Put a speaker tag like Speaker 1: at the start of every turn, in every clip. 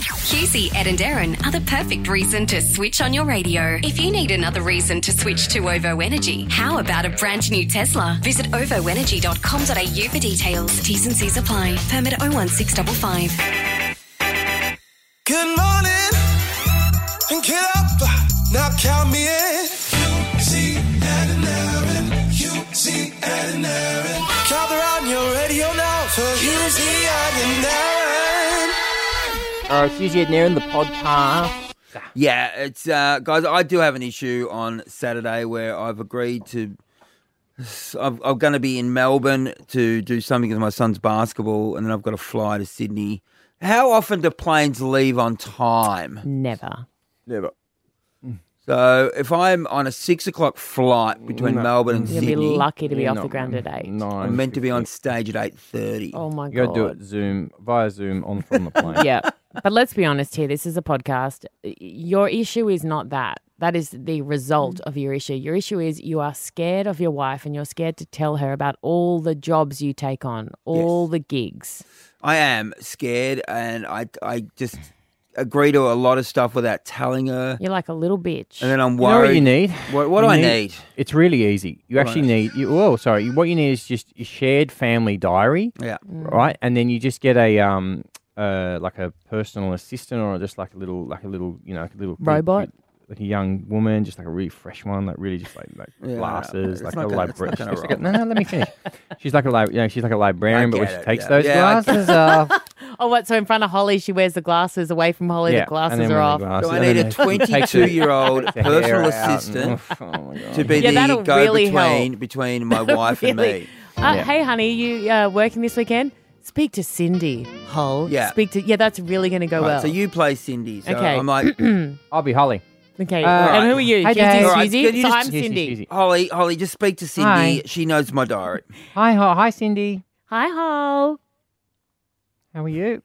Speaker 1: Husey, Ed, and Erin are the perfect reason to switch on your radio. If you need another reason to switch to OVO Energy, how about a brand new Tesla? Visit ovoenergy.com.au for details. T's and C's apply. Permit 01655.
Speaker 2: Good morning and get up. Now count me in. You see Ed and Aaron. You see Ed and Aaron. Gather on your radio now for you see Ed and Aaron.
Speaker 3: Uh, Susie and Aaron, the podcast.
Speaker 4: Yeah, it's uh, guys. I do have an issue on Saturday where I've agreed to. I'm, I'm going to be in Melbourne to do something with my son's basketball, and then I've got to fly to Sydney. How often do planes leave on time?
Speaker 5: Never.
Speaker 4: Never. So if I'm on a six o'clock flight between Melbourne and
Speaker 5: You're
Speaker 4: Sydney,
Speaker 5: going to Mm. be lucky to be
Speaker 6: You're
Speaker 5: off the
Speaker 6: not
Speaker 5: ground at eight.
Speaker 6: Nine.
Speaker 4: I'm meant to be on stage at eight thirty.
Speaker 5: Oh my
Speaker 6: You gotta
Speaker 5: god.
Speaker 6: do it Zoom via Zoom on from the plane.
Speaker 5: yeah. But let's be honest here. This is a podcast. Your issue is not that. That is the result
Speaker 4: Mm.
Speaker 5: of your issue. Your issue is you are scared of your wife and you're scared to tell her about all the jobs you take on, all the gigs.
Speaker 4: I am scared, and I I just agree to a lot of stuff without telling her,
Speaker 5: You're like a little bitch.
Speaker 4: and then I'm
Speaker 6: You know
Speaker 4: worried.
Speaker 6: what you need?
Speaker 4: What- what do
Speaker 6: You
Speaker 4: I need?
Speaker 6: It's really easy. You actually need. You, oh, sorry. What you need is just a shared family diary,
Speaker 4: Yeah.
Speaker 6: right? And then you just get a um, uh, like a personal assistant or just like a little, like a little, you know, like a little
Speaker 5: Robot?
Speaker 6: like a young woman, just like a really fresh one, like really just like like
Speaker 4: Yeah,
Speaker 6: glasses,
Speaker 4: it's
Speaker 6: like a
Speaker 4: not gonna- it's
Speaker 6: librarian.
Speaker 4: not gonna
Speaker 6: Like a- no, no, let me finish. She's like a lib- you know, she's like a librarian, but when
Speaker 4: get
Speaker 6: she
Speaker 4: it,
Speaker 6: takes
Speaker 4: yeah.
Speaker 6: those
Speaker 4: Yeah, I-
Speaker 6: glasses off,
Speaker 5: oh, what? So in front of Holly, she wears the glasses. Away from Holly,
Speaker 6: yeah,
Speaker 5: the glasses
Speaker 6: and then
Speaker 5: are
Speaker 6: when the
Speaker 5: off.
Speaker 6: glasses-
Speaker 4: So I
Speaker 6: and
Speaker 4: need
Speaker 6: then
Speaker 4: a
Speaker 6: she takes her-
Speaker 4: 22 year old
Speaker 6: her hair
Speaker 4: personal
Speaker 6: out and-
Speaker 4: assistant
Speaker 6: Oh my god.
Speaker 4: to be
Speaker 5: Yeah,
Speaker 4: the
Speaker 5: that'll
Speaker 4: go
Speaker 5: really
Speaker 4: between
Speaker 5: help.
Speaker 4: between my wife and
Speaker 5: Really?
Speaker 4: me.
Speaker 5: Uh,
Speaker 6: Yeah.
Speaker 5: Hey, honey, you uh, working this weekend? Speak to Cindy Hull.
Speaker 4: Yeah.
Speaker 5: Speak to. Yeah, that's really going to go
Speaker 4: Right,
Speaker 5: well.
Speaker 4: so you play Cindy. So
Speaker 5: Okay.
Speaker 4: I'm like,
Speaker 6: I'll be Holly.
Speaker 5: okay.
Speaker 6: Alright.
Speaker 5: And who are you?
Speaker 6: Hi,
Speaker 5: Husey,
Speaker 6: Jay.
Speaker 4: Alright,
Speaker 5: Husey?
Speaker 4: can you
Speaker 5: So
Speaker 4: just-
Speaker 5: I'm
Speaker 6: Husey,
Speaker 5: Cindy.
Speaker 6: Husey.
Speaker 4: Holly, Holly, just speak to Cindy.
Speaker 6: Hi.
Speaker 4: She knows my diary.
Speaker 6: Hi, Ho- hi, Cindy.
Speaker 5: Hi, Hull.
Speaker 6: How are you?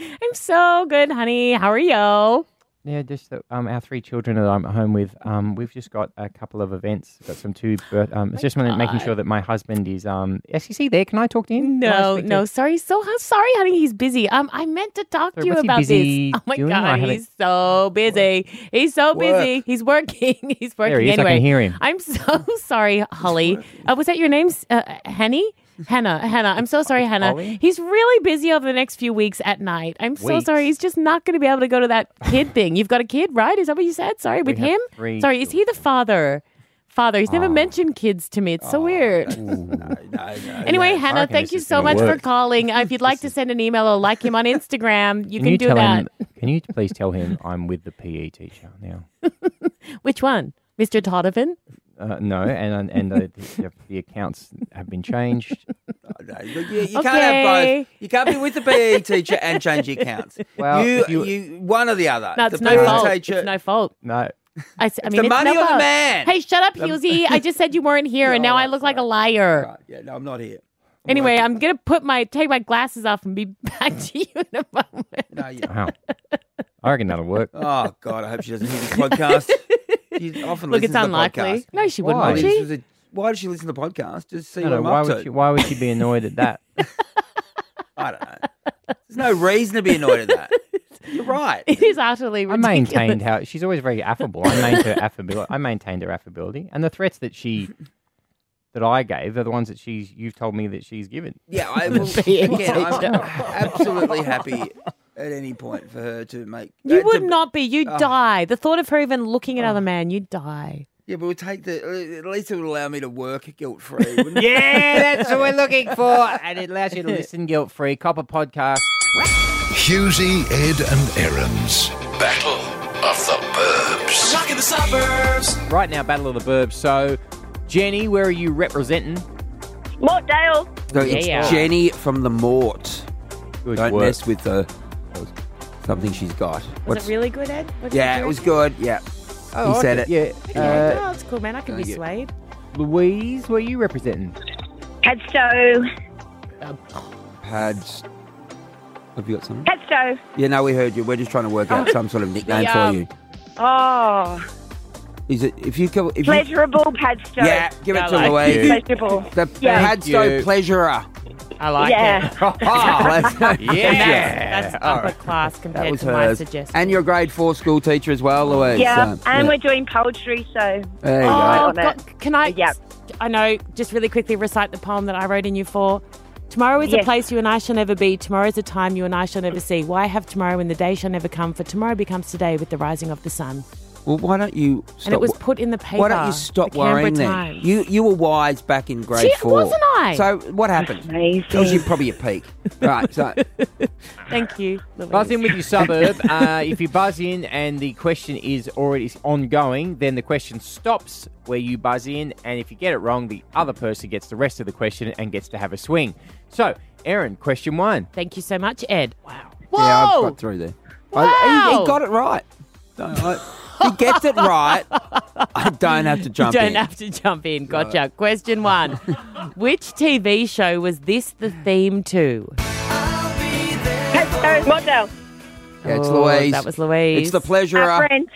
Speaker 5: I'm so good, honey. How are you?
Speaker 6: Yeah, just that, um, our three children that I'm at home with. Um, we've just got a couple of events. We've got some two birth. Um, it's just one- making sure that my husband is. Um, yes, you see there. Can I talk to him? Can I
Speaker 5: No,
Speaker 6: speak to
Speaker 5: no,
Speaker 6: him?
Speaker 5: sorry. So I'm sorry, honey. He's busy. Um, I meant to talk to
Speaker 6: Sorry,
Speaker 5: you
Speaker 6: what's he
Speaker 5: about
Speaker 6: busy
Speaker 5: this. Oh my
Speaker 6: doing? I
Speaker 5: god,
Speaker 6: haven't-
Speaker 5: he's so busy. He's so busy. He's working. He's working.
Speaker 6: There he is. I
Speaker 5: Anyway,
Speaker 6: can hear him.
Speaker 5: I'm so sorry, Holly. Uh, was that your name, S- uh, Henny? Hannah, Hannah. I'm so sorry, Hannah.
Speaker 6: Holly?
Speaker 5: He's really busy over the next few weeks at night. I'm so
Speaker 6: Weeks.
Speaker 5: sorry. He's just not going to be able to go to that kid thing. You've got a kid, right? Is that what you said? Sorry, with
Speaker 6: have
Speaker 5: him.
Speaker 6: three Ah.
Speaker 5: Sorry, is he the father? Father. He's never mentioned kids to me. It's so weird. Anyway, Hannah,
Speaker 6: reckon
Speaker 5: thank
Speaker 6: this
Speaker 5: you
Speaker 6: is
Speaker 5: so
Speaker 6: gonna
Speaker 5: much
Speaker 6: work.
Speaker 5: for calling. Uh, if you'd like to send an email or like him on Instagram, you can,
Speaker 6: you
Speaker 5: do
Speaker 6: tell
Speaker 5: that.
Speaker 6: him? Can you please tell him I'm with the PE teacher now?
Speaker 5: Which one? Mr. Todovan?
Speaker 6: Uh, no, and and uh, the, the accounts have been changed.
Speaker 4: No, You, you can't have
Speaker 5: Okay.
Speaker 4: both. You can't be with the PE teacher and change your accounts.
Speaker 6: Well,
Speaker 4: you,
Speaker 6: if you-
Speaker 4: you, one or the other.
Speaker 5: No, it's
Speaker 4: the
Speaker 5: no
Speaker 4: PE
Speaker 5: fault.
Speaker 4: teacher.
Speaker 5: It's no fault.
Speaker 6: No,
Speaker 5: I, s- I mean,
Speaker 4: the
Speaker 5: it's
Speaker 4: money
Speaker 5: no
Speaker 4: or the
Speaker 5: fault.
Speaker 4: man?
Speaker 5: Hey, shut up, Husey. I just said you weren't here, and now I look like a liar.
Speaker 4: Right, yeah, no, I'm not here.
Speaker 5: Anyway, I'm gonna put my take my glasses off and be back to you in a moment.
Speaker 4: No, you,
Speaker 6: wow. I reckon that'll work.
Speaker 4: oh God, I hope she doesn't hear this podcast. She often
Speaker 5: Look, it's
Speaker 4: listens to the
Speaker 5: unlikely.
Speaker 4: podcast.
Speaker 5: No, she wouldn't.
Speaker 6: Why?
Speaker 5: Would
Speaker 4: This
Speaker 5: she?
Speaker 4: was a- why does she listen to the podcast? Just see
Speaker 6: No,
Speaker 4: what
Speaker 6: no,
Speaker 4: I'm
Speaker 6: why
Speaker 4: up
Speaker 6: would
Speaker 4: to.
Speaker 6: she? Why would she be annoyed at that?
Speaker 4: I don't know. There's no reason to be annoyed at that. You're right.
Speaker 5: It is utterly
Speaker 6: I
Speaker 5: ridiculous.
Speaker 6: maintained how she's always very affable. I maintained her affability. I maintained her affability, and the threats that she that I gave are the ones that she's you've told me that she's given.
Speaker 4: Yeah, I will,
Speaker 5: PE
Speaker 4: again, I'm
Speaker 5: teacher.
Speaker 4: absolutely happy at any point for her to make.
Speaker 5: You
Speaker 4: uh, Oh.
Speaker 5: would
Speaker 4: to-
Speaker 5: not be. You'd
Speaker 4: Ugh.
Speaker 5: die. The thought of her even looking at other man, you'd die.
Speaker 4: Yeah, but we'll take the. uh, At least it would allow me to work guilt free. wouldn't it?
Speaker 6: Yeah, that's what we're looking for, and it allows you to listen guilt free. Copper podcast.
Speaker 7: Husey, Ed, and Aaron's Battle of the Burbs.
Speaker 2: Rock in the suburbs.
Speaker 6: Right now, Battle of the Burbs. So, Jenny, where are you representing?
Speaker 8: Mortdale.
Speaker 4: So it's
Speaker 5: Yeah.
Speaker 4: Jenny from the Mort.
Speaker 6: Good
Speaker 4: Don't
Speaker 6: work.
Speaker 4: mess with the something she's got.
Speaker 5: Was it really good, Ed? What did
Speaker 4: yeah,
Speaker 5: you
Speaker 4: it was
Speaker 5: do?
Speaker 4: good. Yeah,
Speaker 6: Oh,
Speaker 4: he
Speaker 6: I
Speaker 4: said it.
Speaker 6: did- Yeah.
Speaker 5: Yeah,
Speaker 6: Uh,
Speaker 5: no, Oh, it's cool, man. I can be
Speaker 4: yeah.
Speaker 5: swayed.
Speaker 6: Louise, where are you representing?
Speaker 8: Padstow.
Speaker 4: Pads. Have you got something?
Speaker 8: Padstow.
Speaker 4: Yeah, no, we heard you. We're just trying to work
Speaker 5: Oh.
Speaker 4: out some sort of nickname
Speaker 5: The,
Speaker 4: for
Speaker 5: um,
Speaker 4: you.
Speaker 8: Oh,
Speaker 4: Is it if you go? If you,
Speaker 8: pleasurable Padstow.
Speaker 4: yeah, give it
Speaker 5: I
Speaker 4: to
Speaker 5: like
Speaker 4: Louise.
Speaker 8: Pleasurable.
Speaker 4: The
Speaker 8: Yeah.
Speaker 4: Padstow
Speaker 6: you.
Speaker 4: Pleasurer.
Speaker 5: I like
Speaker 8: yeah.
Speaker 5: it.
Speaker 6: Yeah.
Speaker 5: That's
Speaker 6: All
Speaker 5: upper
Speaker 6: right.
Speaker 5: class
Speaker 4: That
Speaker 5: compared
Speaker 4: was
Speaker 5: to my
Speaker 4: hers.
Speaker 5: suggestion.
Speaker 4: And you're a grade four school teacher as well, Louise.
Speaker 8: Yeah,
Speaker 4: so,
Speaker 8: and
Speaker 4: yeah.
Speaker 8: we're doing poetry, so
Speaker 4: There you
Speaker 5: Oh,
Speaker 4: go.
Speaker 8: Right on
Speaker 5: I've got- can I?
Speaker 8: Yep.
Speaker 5: I know. Just really quickly recite the poem that I wrote in you for. Tomorrow is a
Speaker 8: Yes.
Speaker 5: place you and I shall never be. Tomorrow is a time you and I shall never see. Why have tomorrow when the day shall never come? For tomorrow becomes today with the rising of the sun.
Speaker 4: Well, why don't you stop?
Speaker 5: and it was
Speaker 4: wo-
Speaker 5: put in the paper.
Speaker 4: why don't you stop
Speaker 5: the Canberra
Speaker 4: worrying then?
Speaker 5: Times.
Speaker 4: You you were wise back in grade
Speaker 5: Gee,
Speaker 4: four.
Speaker 5: wasn't I?
Speaker 4: So what happened? That was
Speaker 8: amazing.
Speaker 4: your, probably your peak. right, so
Speaker 5: Thank you. Louise.
Speaker 6: Buzz in with your suburb. Uh, if you buzz in and the question is already is ongoing, then the question stops where you buzz in. And if you get it wrong, the other person gets the rest of the question and gets to have a swing. So, Aaron, question one.
Speaker 5: Thank you so much, Ed. Wow. Whoa!
Speaker 4: yeah, I've got through there. I- he, he
Speaker 5: Wow.
Speaker 4: got it right. No, I- he gets it right. I don't have to jump
Speaker 5: you don't
Speaker 4: in.
Speaker 5: have to jump in. Gotcha. Question one. Which TV show was this the theme to?
Speaker 8: Pesto, Model,
Speaker 4: yeah, it's
Speaker 5: Oh,
Speaker 4: Louise.
Speaker 5: That was Louise.
Speaker 4: It's the pleasure.
Speaker 8: our friend,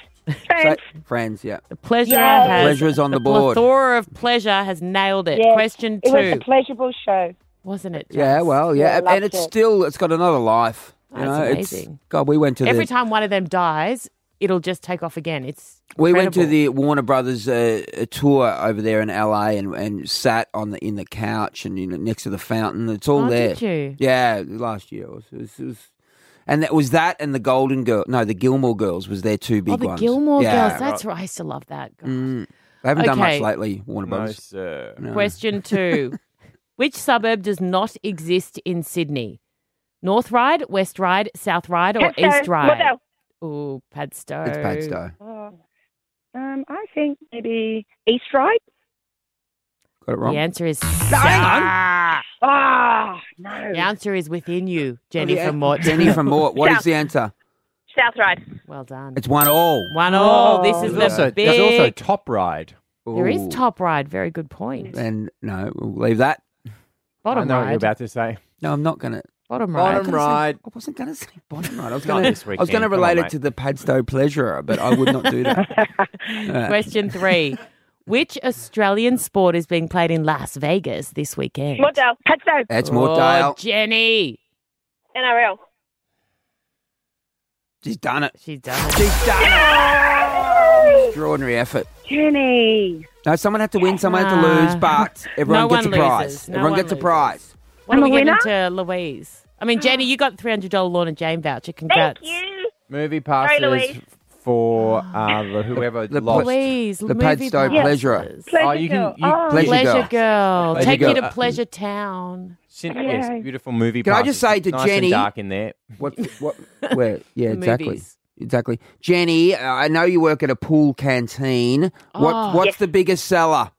Speaker 8: friend.
Speaker 4: friends, yeah.
Speaker 5: The pleasure
Speaker 8: Yay.
Speaker 5: has
Speaker 4: Pleasure is on the board.
Speaker 5: plethora of pleasure has nailed it.
Speaker 8: Yes,
Speaker 5: Question
Speaker 8: It was a
Speaker 5: two,
Speaker 8: pleasurable show.
Speaker 5: wasn't it?
Speaker 4: Yeah,
Speaker 5: Jess?
Speaker 4: well, yeah,
Speaker 8: Yeah,
Speaker 4: and- and
Speaker 8: loved
Speaker 4: it's
Speaker 8: it.
Speaker 4: still it's got another life. You
Speaker 5: That's
Speaker 4: know,
Speaker 5: amazing.
Speaker 4: It's, God, we went to
Speaker 5: Every
Speaker 4: the
Speaker 5: time one of them dies, it'll just take off again. It's
Speaker 4: we went to
Speaker 5: incredible.
Speaker 4: the Warner Brothers uh, uh, tour over there in LA and, and sat on the in the couch and you know next to the fountain. It's all
Speaker 5: Oh,
Speaker 4: there.
Speaker 5: did you?
Speaker 4: Yeah, last year it was, it was, it was- and that was that and the Golden Girl. No, the Gilmore Girls was their two big
Speaker 5: oh the
Speaker 4: ones.
Speaker 5: Gilmore
Speaker 4: yeah, Mm.
Speaker 5: Girls. That's right. I used to love that. God.
Speaker 4: They haven't done much
Speaker 5: Okay.
Speaker 4: lately, Warner Brothers.
Speaker 6: sir.
Speaker 4: No.
Speaker 5: Question two: Which suburb does not exist in Sydney? North Ride, West Ride, South Ride, or
Speaker 8: Pesto,
Speaker 5: East Ride?
Speaker 8: Model.
Speaker 5: Ooh, Padstow.
Speaker 4: It's Padstow.
Speaker 8: Oh, um, I think maybe East Ride.
Speaker 4: Got it wrong.
Speaker 5: The answer is.
Speaker 4: hang
Speaker 8: Ah, no.
Speaker 5: The answer is within you, Jenny
Speaker 4: Oh, yeah.
Speaker 5: from Mort.
Speaker 4: Jenny from Mort. What is the answer?
Speaker 8: South Ride.
Speaker 5: Well done.
Speaker 4: It's one all.
Speaker 5: One all. Oh, This is
Speaker 6: There's
Speaker 5: the
Speaker 6: also,
Speaker 5: big.
Speaker 6: there's also Top Ride.
Speaker 5: There is
Speaker 4: Ooh.
Speaker 5: top ride. Very good point.
Speaker 4: And no, we'll leave that.
Speaker 5: Bottom
Speaker 6: I know what
Speaker 5: ride.
Speaker 6: you're about to say.
Speaker 4: No, I'm not going to.
Speaker 5: Bottom
Speaker 6: Bottom
Speaker 5: ride.
Speaker 6: ride. Right.
Speaker 4: I wasn't going to say bottom right. I was
Speaker 6: Not
Speaker 4: going
Speaker 6: this
Speaker 4: to. I was going
Speaker 6: weekend.
Speaker 4: to
Speaker 6: Come
Speaker 4: relate
Speaker 6: on,
Speaker 4: it to the Padstow Pleasurer, but I would not do that. Uh,
Speaker 5: Question three. Which Australian sport is being played in Las Vegas this weekend?
Speaker 8: Model, Pesto,
Speaker 4: That's
Speaker 5: Oh,
Speaker 4: Mortdale.
Speaker 5: Jenny.
Speaker 8: NRL.
Speaker 4: She's done it.
Speaker 5: She's done it.
Speaker 4: She's done it. Extraordinary effort.
Speaker 8: Jenny.
Speaker 4: No, someone had to win, someone had to lose,
Speaker 5: Ah.
Speaker 4: but everyone
Speaker 5: No
Speaker 4: gets a
Speaker 5: one
Speaker 4: prize.
Speaker 5: loses. No
Speaker 4: everyone
Speaker 5: one
Speaker 4: gets a
Speaker 5: loses.
Speaker 4: prize.
Speaker 5: What
Speaker 8: I'm
Speaker 5: are we
Speaker 8: a
Speaker 5: giving
Speaker 8: winner?
Speaker 5: to Louise? I mean, Jenny, you got $300 Lorna Jane voucher. Congrats.
Speaker 8: Thank you.
Speaker 6: Movie passes
Speaker 8: Louise.
Speaker 6: for uh, the- whoever
Speaker 4: The- the
Speaker 6: lost.
Speaker 5: Louise,
Speaker 4: The
Speaker 5: movie
Speaker 4: Padstow
Speaker 5: passes.
Speaker 4: Pleasurer.
Speaker 8: Pleasure
Speaker 6: Oh, you can-
Speaker 8: girl.
Speaker 6: you-
Speaker 8: Oh,
Speaker 4: Pleasure
Speaker 5: Pleasure
Speaker 4: Girl.
Speaker 5: girl.
Speaker 4: Pleasure
Speaker 5: Take you
Speaker 4: Girl.
Speaker 5: to
Speaker 6: Uh,
Speaker 5: Pleasure Town.
Speaker 6: Cin-
Speaker 8: Yay.
Speaker 6: yes, beautiful movie.
Speaker 4: Can I
Speaker 6: passes.
Speaker 4: just say to
Speaker 6: Nice and
Speaker 4: Jenny-
Speaker 6: dark in there.
Speaker 4: What? What? Where? Yeah,
Speaker 5: The
Speaker 4: exactly.
Speaker 5: movies.
Speaker 4: Exactly. Jenny, uh, I know you work at a pool canteen. What?
Speaker 5: Oh.
Speaker 4: what's
Speaker 8: Yes.
Speaker 4: the biggest seller?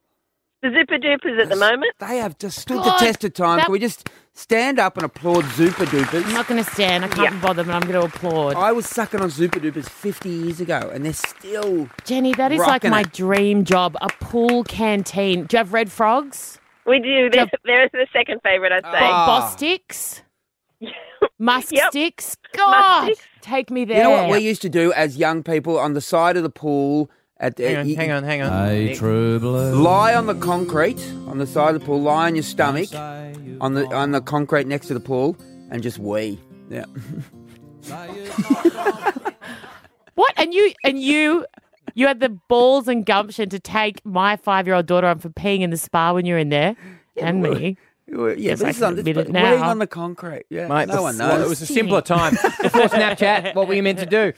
Speaker 8: The Zipper Duppers at the moment.
Speaker 4: They have just stood
Speaker 5: God,
Speaker 4: the test of time.
Speaker 5: that-
Speaker 4: Can we just stand up and applaud Zupa Dupas?
Speaker 5: I'm not going to stand. I can't
Speaker 8: Yeah.
Speaker 5: bother, but I'm going to applaud.
Speaker 4: I was sucking on Super Dupas 50 years ago, and they're still.
Speaker 5: Jenny, that is like
Speaker 4: Rocking
Speaker 5: my
Speaker 4: it.
Speaker 5: dream job a pool canteen. Do you have red frogs?
Speaker 8: We do. They're, they're the second favourite, I'd say.
Speaker 4: Ah.
Speaker 5: Boss sticks? Musk
Speaker 8: Yep.
Speaker 5: sticks? God,
Speaker 8: sticks.
Speaker 5: take me there.
Speaker 4: You know what we used to do as young people on the side of the pool? At the,
Speaker 6: Hang on,
Speaker 4: you-
Speaker 6: hang on, hang on. Nick.
Speaker 4: Lie on the concrete on the side of the pool. Lie on your stomach on the on the concrete next to the pool, and just wee. Yeah.
Speaker 5: What? And you and you you had the balls and gumption to take my five year old daughter on for peeing in the spa when you were in there. and
Speaker 4: well,
Speaker 5: me.
Speaker 4: Yeah,
Speaker 5: Yes,
Speaker 4: but
Speaker 5: I
Speaker 4: it's
Speaker 5: can
Speaker 4: on, it's,
Speaker 5: admit it
Speaker 4: but
Speaker 5: now.
Speaker 4: weeing on the concrete. Yeah,
Speaker 6: Mate,
Speaker 4: no one
Speaker 6: before-
Speaker 4: knows.
Speaker 6: It was a simpler time. Before Snapchat, what were you meant to do?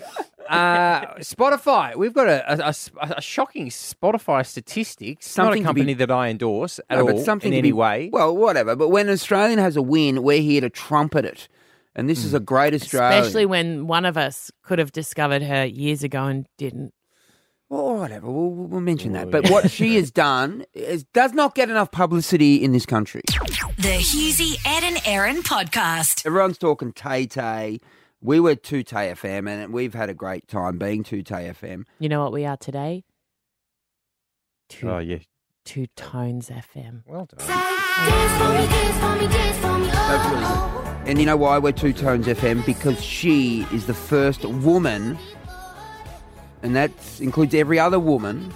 Speaker 6: Uh, Spotify. We've got a, a- a s- a shocking Spotify statistic. It's
Speaker 4: Something to
Speaker 6: not a
Speaker 4: be-
Speaker 6: company that I endorse at
Speaker 4: No,
Speaker 6: all
Speaker 4: but something
Speaker 6: in
Speaker 4: to
Speaker 6: any
Speaker 4: be-
Speaker 6: way.
Speaker 4: Well, whatever. But when an Australian has a win, we're here to trumpet it, and this is
Speaker 6: Hmm.
Speaker 4: a great Australian.
Speaker 5: Especially when one of us could have discovered her years ago and didn't.
Speaker 4: Well, whatever. We'll, we'll we'll mention
Speaker 6: Oh,
Speaker 4: that. But what she has done is does not get enough publicity in this country.
Speaker 1: The Husey, Ed and Aaron podcast.
Speaker 4: Everyone's talking Tay Tay. We were 2Tay FM, and we've had a great time being 2Tay FM.
Speaker 5: You know what we are today? Two
Speaker 6: oh, yeah.
Speaker 5: two tones FM.
Speaker 6: Well done.
Speaker 4: That's what it is. And you know why we're Two Tones FM? Because she is the first woman, and that includes every other woman.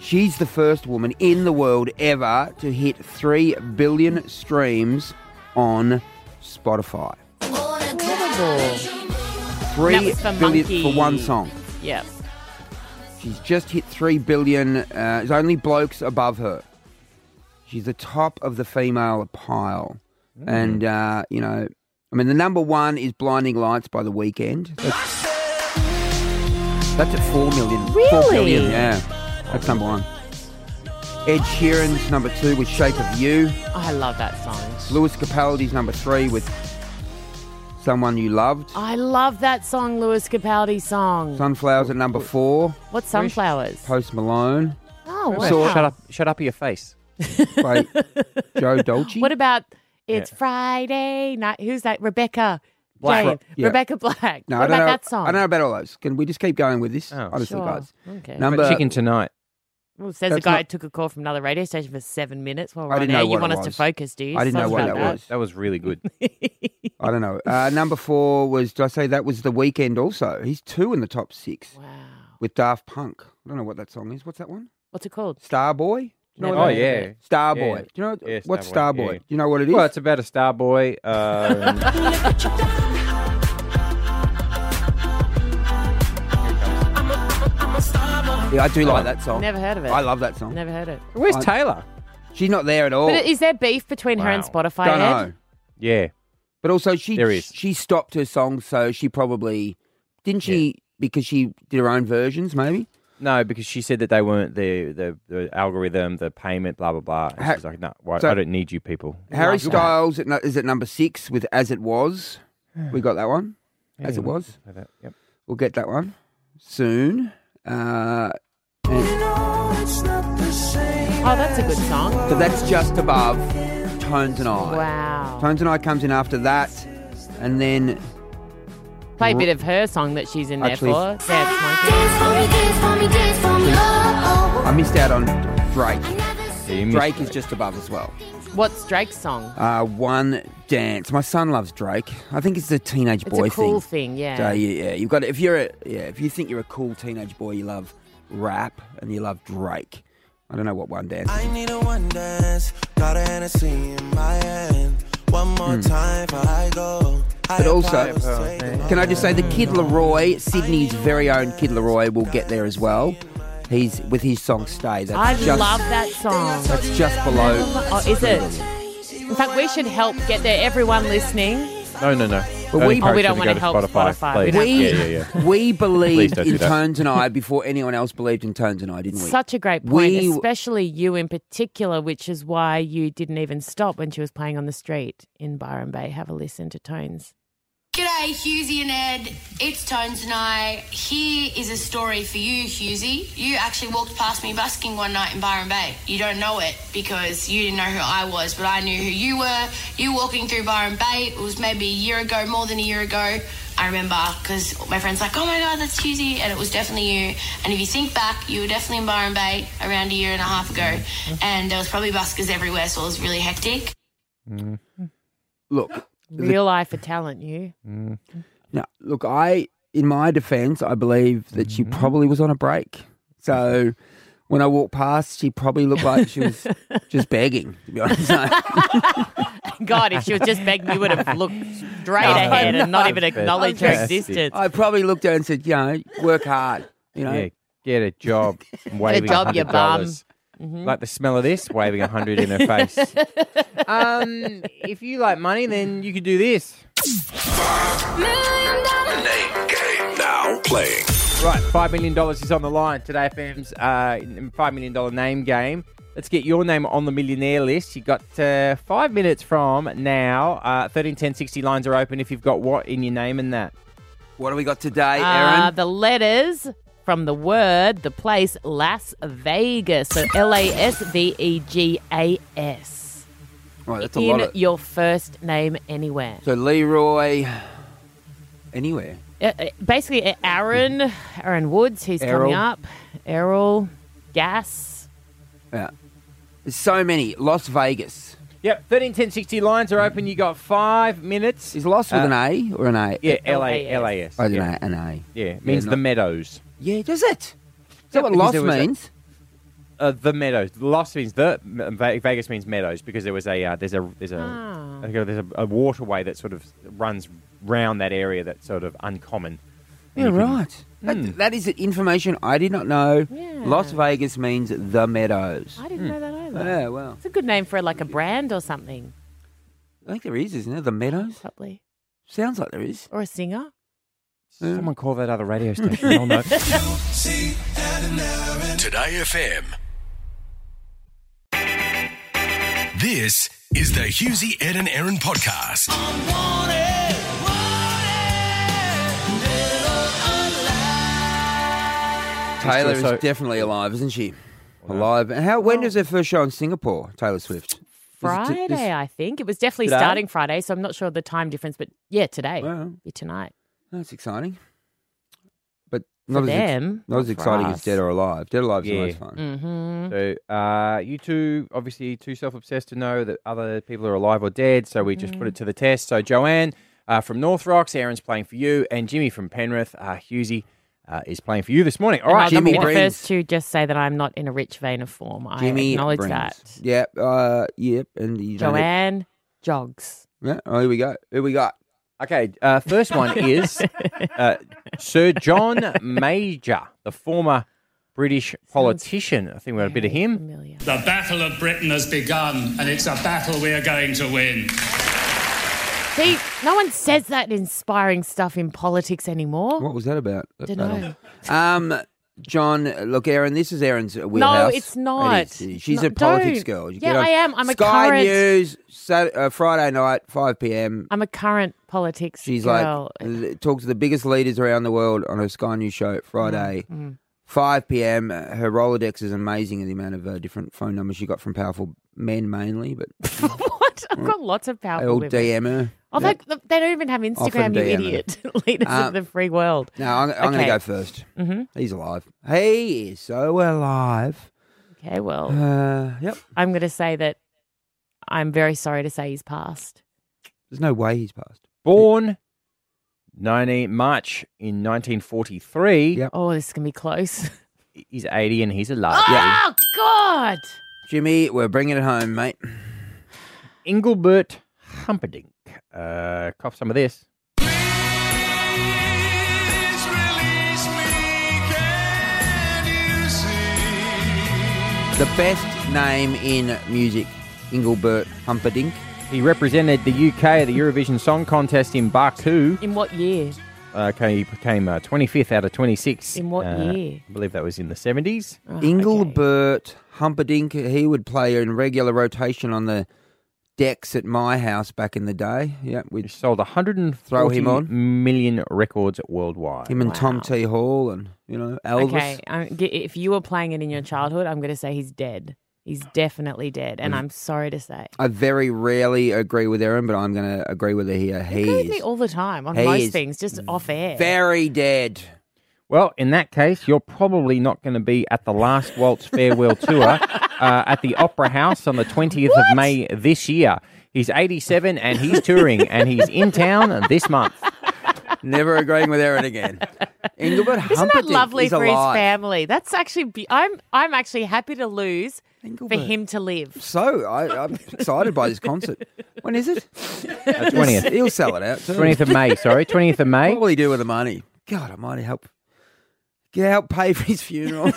Speaker 4: She's the first woman in the world ever to hit 3 billion streams on Spotify.
Speaker 5: Incredible.
Speaker 4: Three
Speaker 5: That was
Speaker 4: billion
Speaker 5: for
Speaker 4: for one
Speaker 5: Monkey.
Speaker 4: song.
Speaker 5: Yep.
Speaker 4: She's just hit 3 billion. Uh, there's only blokes above her. She's the top of the female pile.
Speaker 5: Mm.
Speaker 4: And, uh, you know, I mean, the number one is Blinding Lights by the weekend. That's, that's at 4 million. 4
Speaker 5: Really?
Speaker 4: billion, yeah. That's number one. Ed Sheeran's number two with Shape of You.
Speaker 5: I love that song.
Speaker 4: Lewis Capaldi's number three with Someone You Loved.
Speaker 5: I love that song, Lewis Capaldi song.
Speaker 4: Sunflowers at number four.
Speaker 5: What's sunflowers?
Speaker 4: Post Malone.
Speaker 5: Oh, wow.
Speaker 6: So shut up, shut up your face.
Speaker 4: by Joe Dolce.
Speaker 5: What about it's Friday night? Who's that? Rebecca.
Speaker 6: Black.
Speaker 5: Jane.
Speaker 4: Fr- yeah.
Speaker 5: Rebecca Black.
Speaker 4: No,
Speaker 5: what
Speaker 4: I don't
Speaker 5: about
Speaker 4: know.
Speaker 5: that song?
Speaker 4: I don't know about all those. Can we just keep going with this?
Speaker 6: Oh.
Speaker 4: Honestly,
Speaker 5: Sure.
Speaker 4: guys.
Speaker 5: Okay.
Speaker 4: Number
Speaker 6: But chicken tonight.
Speaker 5: Well, says the
Speaker 4: That's
Speaker 5: guy
Speaker 4: not-
Speaker 5: who took a call from another radio station for seven minutes. Well,
Speaker 4: I
Speaker 5: right
Speaker 4: didn't
Speaker 5: now
Speaker 4: know
Speaker 5: you
Speaker 4: what
Speaker 5: want
Speaker 4: it
Speaker 5: us to
Speaker 4: was.
Speaker 5: focus, do you?
Speaker 4: I didn't know
Speaker 5: Sorry
Speaker 4: what
Speaker 5: about
Speaker 4: that was.
Speaker 6: That was really good.
Speaker 4: I don't know. Uh, number four was. Did I say that was the weekend? Also, he's two in the top six
Speaker 5: Wow.
Speaker 4: with Daft Punk. I don't know what that song is. What's that one?
Speaker 5: What's it called?
Speaker 4: Starboy. Do you know
Speaker 5: Never
Speaker 4: what
Speaker 6: oh
Speaker 4: that is?
Speaker 5: heard of
Speaker 6: yeah.
Speaker 5: it.
Speaker 4: Starboy.
Speaker 6: Yeah.
Speaker 4: Do you know
Speaker 6: Yeah,
Speaker 4: what's
Speaker 6: Starboy,
Speaker 4: Starboy?
Speaker 6: yeah.
Speaker 4: Do you know what it is?
Speaker 6: Well, it's about a star boy. Um,
Speaker 4: yeah, I do like that song.
Speaker 5: Oh, Never heard of it.
Speaker 4: I love that song.
Speaker 5: Never heard it.
Speaker 6: where's
Speaker 4: I-
Speaker 6: Taylor?
Speaker 4: She's not there at all.
Speaker 5: But is there beef between her and
Speaker 6: Wow.
Speaker 5: Spotify?
Speaker 4: Oh. don't
Speaker 5: Ed?
Speaker 4: know.
Speaker 6: Yeah.
Speaker 4: But also, she
Speaker 6: There is.
Speaker 4: she stopped her song, so she probably didn't she because she did her own versions, maybe.
Speaker 6: No, because she said that they weren't the the, the algorithm, the payment, blah blah blah. And
Speaker 4: Ha-
Speaker 6: she's like, no, why,
Speaker 4: so-
Speaker 6: I don't need you people.
Speaker 4: Harry
Speaker 5: Love that.
Speaker 4: Styles at, nu- is at number six with "As It Was." We got that one.
Speaker 6: Yeah,
Speaker 4: As it
Speaker 6: we'll
Speaker 4: was.
Speaker 6: play that. Yep.
Speaker 4: We'll get that one soon. Uh, and-
Speaker 5: Oh, that's a good song.
Speaker 4: so that's just above Tones and I.
Speaker 5: Wow.
Speaker 4: Tones and I comes in after that, and then
Speaker 5: Play a bit of her song that she's in there
Speaker 4: Actually-
Speaker 5: for. Sad
Speaker 4: I missed out on Drake.
Speaker 6: Yeah, you missed
Speaker 4: Drake
Speaker 6: it.
Speaker 4: is just above as well.
Speaker 5: Monkey. What's Drake's song?
Speaker 4: Uh, one dance. My son loves Drake. I think it's a teenage
Speaker 5: It's
Speaker 4: boy
Speaker 5: a cool
Speaker 4: thing.
Speaker 5: thing, yeah.
Speaker 4: So yeah, yeah, you've got to, if you're a, yeah, if you think you're a cool teenage boy, you love rap and you love Drake. I don't know what one dance.
Speaker 2: I need a one dance. Got a Hennessy in my hand. One more time before I go.
Speaker 4: Hmm. But also,
Speaker 5: Oh,
Speaker 4: can I just say the Kid Leroy, Sydney's very own Kid Leroy, will get there as well. He's with his song "Stay." That's
Speaker 5: I
Speaker 4: just,
Speaker 5: love that song.
Speaker 4: That's just below.
Speaker 5: Oh, is it? In fact, we should help get there. Everyone listening,
Speaker 6: No, no, no.
Speaker 4: But
Speaker 6: Don't
Speaker 4: we-
Speaker 6: encourage
Speaker 4: Oh, we
Speaker 5: don't
Speaker 6: her
Speaker 5: wanna
Speaker 6: to go
Speaker 5: help
Speaker 6: to Spotify.
Speaker 5: Spotify. We
Speaker 6: please.
Speaker 5: don't-
Speaker 4: We
Speaker 6: Yeah, yeah, yeah.
Speaker 4: we believed
Speaker 6: don't do
Speaker 4: in
Speaker 6: that.
Speaker 4: Tones and I before anyone else believed in Tones and I, didn't we?
Speaker 5: such a great point,
Speaker 4: We-
Speaker 5: especially you in particular, which is why you didn't even stop when she was playing on the street in Byron Bay. Have a listen to Tones.
Speaker 9: G'day, Husey and Ed. It's Tones and I. Here is a story for you, Husey. You actually walked past me busking one night in Byron Bay. You don't know it because you didn't know who I was, but I knew who you were. You walking through Byron Bay, it was maybe a year ago, more than a year ago. I remember because my friend's like, oh my god, that's Husey, and it was definitely you. And if you think back, you were definitely in Byron Bay around a year and a half ago, and there was probably buskers everywhere, so it was really hectic.
Speaker 6: Mm.
Speaker 4: Look,
Speaker 5: Real life for talent, you.
Speaker 4: No, look, I, in my defence, I believe that she
Speaker 5: Mm-hmm.
Speaker 4: probably was on a break. So when I walked past, she probably looked like she was just begging. To be honest, No.
Speaker 5: God, if she was just begging, you would have looked straight ahead and not even acknowledged her
Speaker 6: Fantastic.
Speaker 5: existence.
Speaker 4: I probably looked at her and said, "You know, work hard. You know,
Speaker 6: Yeah, get a job. waving
Speaker 5: job, you bum. Mm-hmm.
Speaker 6: $100. Like the smell of this, waving a hundred in her face. um, if you like money, then you could do this.
Speaker 7: Name game now playing.
Speaker 6: Right, five million dollars is on the line today. FM's uh, five million dollar name game. Let's get your name on the millionaire list. You got uh, five minutes from now. Uh, Thirteen ten sixty lines are open. If you've got what in your name and that.
Speaker 4: what do we got today,
Speaker 5: Uh,
Speaker 4: Erin?
Speaker 5: the letters from the word, the place, Las Vegas. So L A S V E G A S.
Speaker 4: Right, Oh, that's a lot.
Speaker 5: In
Speaker 4: Of,
Speaker 5: your first name anywhere.
Speaker 4: so Leroy, anywhere.
Speaker 5: Uh, uh, basically, uh, Aaron, Aaron Woods, he's
Speaker 4: Errol.
Speaker 5: coming up. Errol, Gas.
Speaker 4: Yeah, there's so many. Las Vegas
Speaker 6: Yep, Thirteen ten sixty lines are open. You got five minutes.
Speaker 4: is Las with an A or an A?
Speaker 6: Uh, yeah, L A
Speaker 5: LAS.
Speaker 6: L A S.
Speaker 4: Oh, it's
Speaker 6: Yeah,
Speaker 4: an A. An A.
Speaker 6: yeah, it means
Speaker 4: Yeah,
Speaker 6: the
Speaker 4: not-
Speaker 6: meadows.
Speaker 4: Yeah, does it? Is that what
Speaker 6: because
Speaker 4: Las
Speaker 6: there was a-
Speaker 4: means?
Speaker 6: Uh, the meadows. Los means the Ve- Vegas means meadows because there was a uh, there's a there's a I think there's a, a waterway that sort of runs round that area that's sort of uncommon.
Speaker 4: Yeah,
Speaker 6: And you can-
Speaker 4: right.
Speaker 6: Hmm.
Speaker 4: That, that is information I did not know.
Speaker 5: Yeah.
Speaker 4: Las Vegas means the meadows.
Speaker 5: I didn't know that either.
Speaker 4: Hmm. Yeah, well,
Speaker 5: It's a good name for like a brand or something,
Speaker 4: I think there is, isn't there? The meadows?
Speaker 5: probably,
Speaker 4: Sounds like there is.
Speaker 5: or a singer.
Speaker 6: Someone call that other radio station. I'll know.
Speaker 7: Today FM. This is the Husey, Ed and Aaron podcast.
Speaker 4: Taylor
Speaker 6: still so-
Speaker 4: is definitely alive, isn't she? Alive. And how? When was her first show in Singapore? Taylor Swift. Was it
Speaker 5: Friday,
Speaker 4: t- this-
Speaker 5: I think it was definitely
Speaker 4: Today?
Speaker 5: starting Friday, so I'm not sure of the time difference, but yeah, today,
Speaker 4: Wow.
Speaker 5: Yeah, tonight.
Speaker 4: That's exciting. But not as ex-
Speaker 5: them,
Speaker 4: not as
Speaker 5: not for
Speaker 4: exciting as
Speaker 5: us.
Speaker 4: Dead or Alive. Dead or Alive is
Speaker 6: Yeah.
Speaker 4: the most fun.
Speaker 5: Mm-hmm.
Speaker 6: So uh, you two obviously too self-obsessed to know that other people are alive or dead. So we just
Speaker 5: Mm-hmm.
Speaker 6: put it to the test. So Joanne uh, from North Rocks, Aaron's playing for you, and Jimmy from Penrith, uh, Husey uh, is playing for you this morning. All right,
Speaker 5: I'll
Speaker 4: Jimmy
Speaker 5: be the
Speaker 4: Brings.
Speaker 5: first to just say that I'm not in a rich vein of form. I
Speaker 4: Jimmy
Speaker 5: acknowledge
Speaker 4: brings.
Speaker 5: that.
Speaker 4: Yep. Uh, yep. And you don't have-
Speaker 5: Joanne jogs.
Speaker 4: Yeah. Oh, here we go. Here we got.
Speaker 6: Okay, uh, first one is uh, Sir John Major, the former British politician. I think we had a bit of
Speaker 5: Very
Speaker 6: him.
Speaker 5: Familiar.
Speaker 10: The Battle of Britain has begun, and it's a battle we are going to win.
Speaker 5: See, no one says that inspiring stuff in politics anymore.
Speaker 4: What was that about? That
Speaker 5: Dunno.
Speaker 4: battle? Um, John, look, Aaron, this is Aaron's wheelhouse.
Speaker 5: it's not.
Speaker 4: It is. She's
Speaker 5: No,
Speaker 4: a politics
Speaker 5: don't.
Speaker 4: girl. You
Speaker 5: Yeah,
Speaker 4: get on
Speaker 5: I am. I'm a
Speaker 4: Sky
Speaker 5: current-
Speaker 4: News, Sat- uh, Friday night, 5 p.m.
Speaker 5: I'm a current politics
Speaker 4: She's
Speaker 5: girl.
Speaker 4: like, l- talks to the biggest leaders around the world on her Sky News show Friday,
Speaker 5: Mm,
Speaker 4: 5 p.m. Uh, Her Rolodex is amazing and the amount of uh, different phone numbers she got from powerful men mainly, but
Speaker 5: what? I've got lots of
Speaker 4: they
Speaker 5: powerful
Speaker 4: all
Speaker 5: women.
Speaker 4: DM her.
Speaker 5: Oh, they, they don't even have Instagram,
Speaker 4: Often
Speaker 5: you
Speaker 4: DM it.
Speaker 5: idiot. Leaders
Speaker 4: Um,
Speaker 5: of the free world.
Speaker 4: No, I'm, I'm going
Speaker 5: Okay.
Speaker 4: to go 1st Mm-hmm. He's alive. He is so alive.
Speaker 5: Okay, well,
Speaker 4: Uh, yep.
Speaker 5: I'm going to say that I'm very sorry to say he's passed.
Speaker 4: There's no way he's passed.
Speaker 6: Born 19 March in 1943.
Speaker 4: Yep.
Speaker 5: Oh, this is going to be close.
Speaker 6: He's 80 and he's alive.
Speaker 5: Oh, God.
Speaker 4: Jimmy, we're bringing it home, mate.
Speaker 6: Engelbert Humperdinck. Uh, cop some of this.
Speaker 4: The best name in music, Engelbert Humperdinck.
Speaker 6: He represented the UK at the Eurovision Song Contest in Baku.
Speaker 5: In what year?
Speaker 6: Okay, he became uh, 25th out of 26.
Speaker 5: In what
Speaker 6: Uh,
Speaker 5: year?
Speaker 6: I believe that was in the 70s.
Speaker 5: Oh, okay.
Speaker 4: Engelbert Humperdinck, he would play in regular rotation on the decks at my house back in the day. Yeah,
Speaker 6: He
Speaker 4: with
Speaker 6: sold 140
Speaker 4: Throw him on.
Speaker 6: million records worldwide.
Speaker 4: him and
Speaker 5: Wow.
Speaker 4: Tom T. Hall and, you know, Elvis.
Speaker 5: Okay, I'm, g- if you were playing it in your childhood, I'm going to say he's dead. He's definitely dead, and I'm sorry to say.
Speaker 4: I very rarely agree with Aaron, but I'm going to agree with her
Speaker 5: You
Speaker 4: here.
Speaker 5: agree with
Speaker 4: He
Speaker 5: me
Speaker 4: is
Speaker 5: all the time on
Speaker 4: he
Speaker 5: most
Speaker 4: is
Speaker 5: things, just off air.
Speaker 4: very dead.
Speaker 6: Well, in that case, you're probably not going to be at the last waltz farewell tour uh, at the Opera House on the 20th of May this year. He's 87 and he's touring and he's in town this month.
Speaker 4: Never agreeing with Aaron again. Engelbert
Speaker 5: Isn't that
Speaker 4: Humperdinck
Speaker 5: lovely
Speaker 4: is
Speaker 5: for
Speaker 4: alive.
Speaker 5: his family? That's actually be- I'm I'm actually happy to lose for
Speaker 4: Engelbert.
Speaker 5: him to live.
Speaker 4: So I, I'm excited by this concert. When is it?
Speaker 6: Uh, 20th.
Speaker 4: He'll sell it out. Too.
Speaker 6: 20th of May, sorry. 20th of May.
Speaker 4: What will he do with the money? God, I might help. Get help pay for his funeral.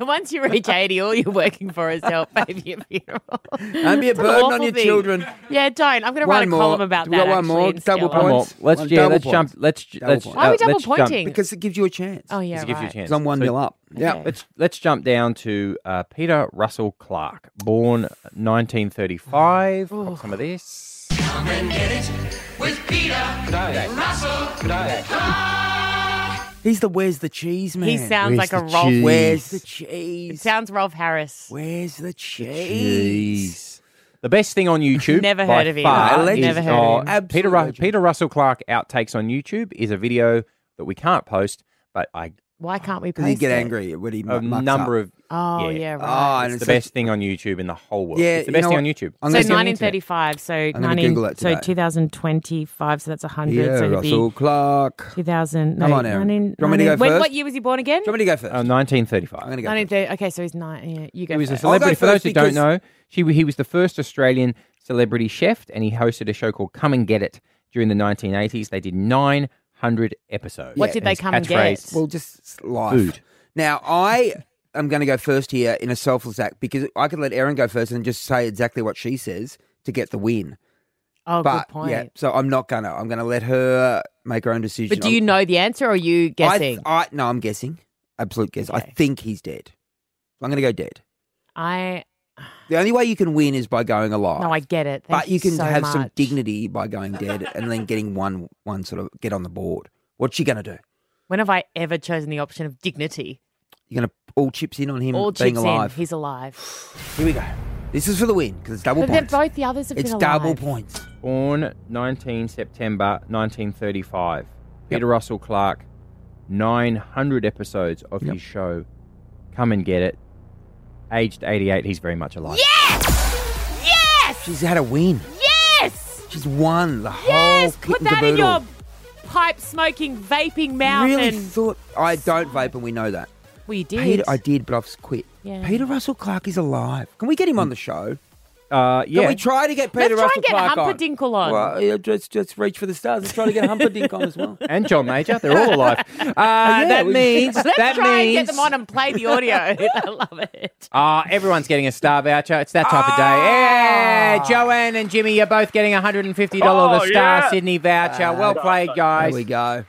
Speaker 5: Once you reach eighty, all you're working for is help pay for your funeral.
Speaker 4: Don't be a
Speaker 5: It's an
Speaker 4: burden on
Speaker 5: awful
Speaker 4: your
Speaker 5: thing.
Speaker 4: children.
Speaker 5: Yeah, don't. I'm going to
Speaker 4: One
Speaker 5: write a
Speaker 4: more.
Speaker 5: column about
Speaker 4: We
Speaker 5: that.
Speaker 4: got one
Speaker 5: actually,
Speaker 4: more.
Speaker 5: in
Speaker 4: Double
Speaker 5: Stella.
Speaker 4: point.
Speaker 6: One more. Let's,
Speaker 4: One
Speaker 6: yeah,
Speaker 4: double
Speaker 6: let's jump.
Speaker 4: points.
Speaker 6: Let's,
Speaker 4: Double
Speaker 6: let's,
Speaker 4: points.
Speaker 5: Why are we
Speaker 6: uh,
Speaker 5: double
Speaker 6: let's jump.
Speaker 5: pointing?
Speaker 4: Because it gives you a chance.
Speaker 5: Oh yeah,
Speaker 6: Just to give you a
Speaker 5: right.
Speaker 6: chance.
Speaker 4: Because I'm one
Speaker 6: So-
Speaker 4: nil up.
Speaker 5: Okay.
Speaker 4: Yeah.
Speaker 6: Let's let's jump down to uh, Peter Russell Clark, born 1935. Got Some of this.
Speaker 4: He's the where's the cheese man.
Speaker 5: He sounds
Speaker 6: Where's
Speaker 5: like a
Speaker 6: the
Speaker 5: Rolf.
Speaker 6: cheese?
Speaker 4: Where's the
Speaker 5: It
Speaker 4: cheese?
Speaker 5: sounds Rolf Harris.
Speaker 4: Where's the
Speaker 6: Jeez.
Speaker 4: cheese?
Speaker 6: The best thing on YouTube.
Speaker 5: Never
Speaker 6: by
Speaker 5: heard of him.
Speaker 6: far,
Speaker 4: I legend.
Speaker 6: is-
Speaker 4: never
Speaker 5: heard of
Speaker 6: oh,
Speaker 5: him.
Speaker 4: Absolute
Speaker 6: Peter, Ru-
Speaker 4: legend.
Speaker 6: Peter Russell Clark outtakes on YouTube is a video that we can't post, but I
Speaker 5: Why can't we?
Speaker 4: Because he'd
Speaker 5: post
Speaker 4: get
Speaker 5: it?
Speaker 4: angry when he
Speaker 6: a
Speaker 4: mu- mucks
Speaker 6: number
Speaker 4: up.
Speaker 6: of
Speaker 5: Oh yeah,
Speaker 6: Yeah.
Speaker 5: right.
Speaker 4: Oh,
Speaker 6: it's
Speaker 4: and
Speaker 6: the
Speaker 4: so-
Speaker 6: best thing on YouTube in the whole world.
Speaker 4: Yeah,
Speaker 6: it's the
Speaker 4: you
Speaker 6: best
Speaker 4: know
Speaker 6: thing on
Speaker 4: what?
Speaker 6: YouTube.
Speaker 4: I'm
Speaker 5: so
Speaker 4: gonna send it to you.
Speaker 5: 1935. So
Speaker 4: gonna
Speaker 5: 19.
Speaker 4: Google it
Speaker 5: So
Speaker 4: today.
Speaker 5: 2025. So that's 100. so
Speaker 4: Yeah,
Speaker 5: it'd
Speaker 4: Russell
Speaker 5: be
Speaker 4: Clark.
Speaker 5: 2000. No,
Speaker 4: Come on, Aaron.
Speaker 5: 19
Speaker 4: Do you want me to go
Speaker 5: 19 Wait,
Speaker 4: first?
Speaker 5: what year was he born again?
Speaker 4: Do you want me to go first?
Speaker 6: Uh,
Speaker 4: I'm
Speaker 6: 1935.
Speaker 4: going to go. first.
Speaker 5: 1930. Okay, so he's nine. Yeah, you go.
Speaker 6: He was a
Speaker 5: first.
Speaker 4: I'll go
Speaker 6: celebrity. For those
Speaker 4: first
Speaker 6: who don't
Speaker 4: because-
Speaker 6: know, she he was the first Australian celebrity chef, and he hosted a show called Come and Get It during the 1980s. They did 900 episodes.
Speaker 5: What did they
Speaker 6: his
Speaker 5: come and
Speaker 6: catchphrase,
Speaker 5: get?
Speaker 4: Well, just life.
Speaker 6: Food.
Speaker 4: Now, I am going to go first here in a selfless act because I could let Erin go first and just say exactly what she says to get the win.
Speaker 5: Oh,
Speaker 4: but
Speaker 5: good point.
Speaker 4: yeah, so I'm not gonna. I'm gonna let her make her own decision.
Speaker 5: But do you
Speaker 4: I'm-
Speaker 5: know the answer or are you
Speaker 4: I-
Speaker 5: guessing?
Speaker 4: I, no, I'm guessing. Absolute guess. I
Speaker 5: Okay.
Speaker 4: think he's dead. I'm gonna go dead.
Speaker 5: I,
Speaker 4: The only way you can win is by going alive.
Speaker 5: no, I get it. Thank
Speaker 4: but you can
Speaker 5: so
Speaker 4: have some
Speaker 5: much.
Speaker 4: dignity by going dead and then getting one one sort of get on the board. What's she gonna do?
Speaker 5: When have I ever chosen the option of dignity?
Speaker 4: You're gonna all chips in on him
Speaker 5: All
Speaker 4: being
Speaker 5: chips
Speaker 4: alive.
Speaker 5: in. He's alive.
Speaker 4: Here we go. This is for the win because it's double
Speaker 5: but then
Speaker 4: points.
Speaker 5: both the others have
Speaker 4: it's
Speaker 5: been alive.
Speaker 4: double points.
Speaker 6: Born 19 September 1935. Peter Russell Clark, 900 episodes of his show Come and Get It. Aged 88, he's very much alive.
Speaker 5: Yes!
Speaker 4: She's had a win.
Speaker 5: Yes!
Speaker 4: She's won the
Speaker 5: Yes!
Speaker 4: whole
Speaker 5: Put
Speaker 4: kit and
Speaker 5: that in
Speaker 4: caboodle.
Speaker 5: your pipe smoking, vaping mouth
Speaker 4: Really
Speaker 5: and.
Speaker 4: thought I don't vape, and we know that.
Speaker 5: We did. Uh,
Speaker 4: Peter, I did, but I've quit.
Speaker 5: Yeah.
Speaker 4: Peter Russell Clark is alive. Can we get
Speaker 11: Mm.
Speaker 4: him on the show?
Speaker 6: Uh, yeah.
Speaker 4: Can we try to get Peter
Speaker 5: Let's try
Speaker 4: Russell
Speaker 5: and get
Speaker 4: Clark
Speaker 5: Humperdinkle on.
Speaker 4: Well, yeah, let's, let's reach for the stars. Let's try to get Humperdinck on as well. Oh,
Speaker 6: and John Major, they're all alive. Uh, that
Speaker 4: we-
Speaker 6: means
Speaker 5: Let's
Speaker 6: that
Speaker 5: try
Speaker 6: means
Speaker 5: and get them on and play the audio. I love it.
Speaker 6: Ah, everyone's getting a star voucher. It's that type of day. Yeah, Joanne and Jimmy, you're both getting a hundred and fifty dollar the Star Sydney voucher. well played,
Speaker 4: There
Speaker 6: guys.
Speaker 4: we go.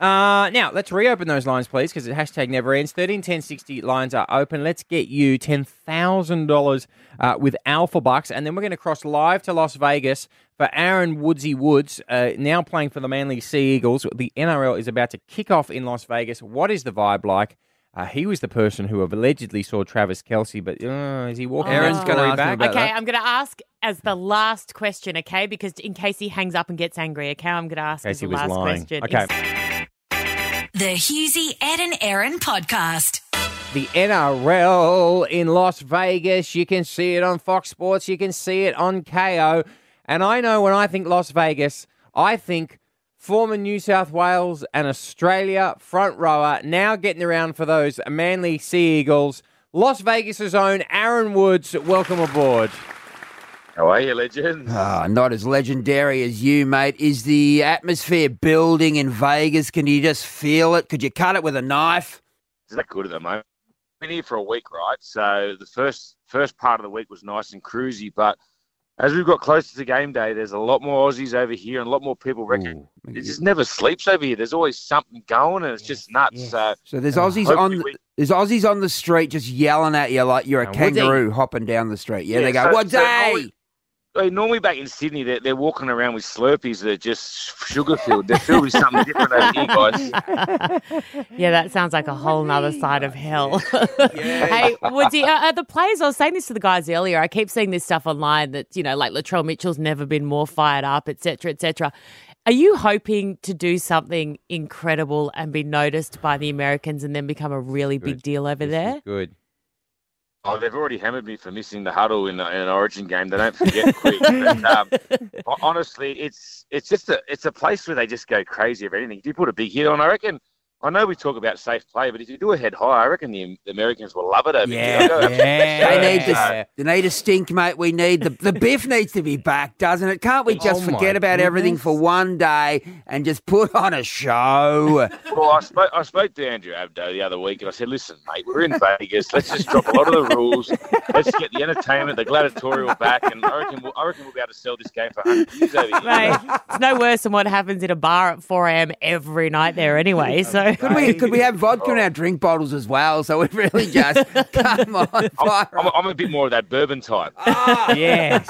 Speaker 6: Uh, now let's reopen those lines, please, because the hashtag never ends. Thirteen ten sixty lines are open. Let's get you ten thousand uh, dollars with Alpha Bucks, and then we're going to cross live to Las Vegas for Aaron Woodsy Woods, uh, now playing for the Manly Sea Eagles. The NRL is about to kick off in Las Vegas. What is the vibe like? Uh, he was the person who allegedly saw Travis Kelsey, but uh, is he walking? that
Speaker 4: Aaron's gonna
Speaker 6: story
Speaker 4: ask me
Speaker 6: back?
Speaker 4: about
Speaker 5: Okay, I'm going to ask as the last question, okay? Because in case he hangs up and gets angry, okay, I'm going to ask as
Speaker 6: Casey
Speaker 5: the
Speaker 6: was
Speaker 5: last
Speaker 6: lying.
Speaker 5: question.
Speaker 6: Okay.
Speaker 1: The Husey, Ed and Aaron podcast.
Speaker 6: The NRL in Las Vegas. You can see it on Fox Sports. You can see it on KO. And I know when I think Las Vegas, I think former New South Wales and Australia front rower now getting around for those manly Sea Eagles. Las Vegas' own Aaron Woods, welcome aboard.
Speaker 11: How are you, legend?
Speaker 4: Ah, not as legendary as you, mate. Is the atmosphere building in Vegas? Can you just feel it? Could you cut it with a knife?
Speaker 11: Is that good at the moment? Been here for a week, right? So the first first part of the week was nice and cruisy, but as we've got closer to game day, there's a lot more Aussies over here and a lot more people. Reckon it just never sleeps over here. There's always something going, and it's just nuts. So
Speaker 4: So there's
Speaker 6: Uh,
Speaker 4: Aussies
Speaker 11: Ah, hopefully
Speaker 4: on
Speaker 11: we-
Speaker 4: there's Aussies on the street just yelling at you like you're a
Speaker 6: Uh, Woodsy.
Speaker 4: kangaroo hopping down the street. Yeah,
Speaker 11: Yeah,
Speaker 4: they go,
Speaker 11: so-
Speaker 4: "What's
Speaker 11: so
Speaker 4: that?"
Speaker 11: always- I mean, normally back in Sydney, they're, they're walking around with Slurpees that are just sugar filled. They're filled with something different over here, guys.
Speaker 5: yeah, that sounds like a whole nother side of hell. hey, Woodsy, uh, uh, the players, I was saying this to the guys earlier. I keep seeing this stuff online that, you know, like Latrell Mitchell's never been more fired up, et cetera, et cetera. Are you hoping to do something incredible and be noticed by the Americans and then become a really big deal over there?
Speaker 6: Good.
Speaker 11: Oh, they've already hammered me for missing the huddle in, a- in an Origin game. They don't forget quick. But, um, ho- honestly, it's it's just a it's a place where they just go crazy over anything. If you put a big hit on, I reckon. I know we talk about safe play, but if you do a head high, I reckon the, the Americans will love it over here. They'll go,
Speaker 4: They need
Speaker 11: this-
Speaker 6: Yeah.
Speaker 4: to, they need a stink, mate. We need the the biff needs to be back, doesn't it? Can't we just
Speaker 6: Oh my
Speaker 4: forget about everything for one day and just put on a show?
Speaker 11: Well, I spoke, I spoke to Andrew Abdo the other week, and I said, "Listen, mate, we're in Vegas. Let's just drop a lot of the rules. Let's get the entertainment, the gladiatorial back, and I reckon we'll, I reckon we'll be able to sell this game for 100 years over here."
Speaker 5: Mate, it's no worse than what happens in a bar at 4 a.m. every night there anyway. So,
Speaker 4: could we could we have vodka in our drink bottles as well? So we really just come on.
Speaker 11: I'm,
Speaker 4: fire
Speaker 11: I'm,
Speaker 4: up. Ah.
Speaker 11: I'm a bit more of that bourbon type.
Speaker 6: Yes.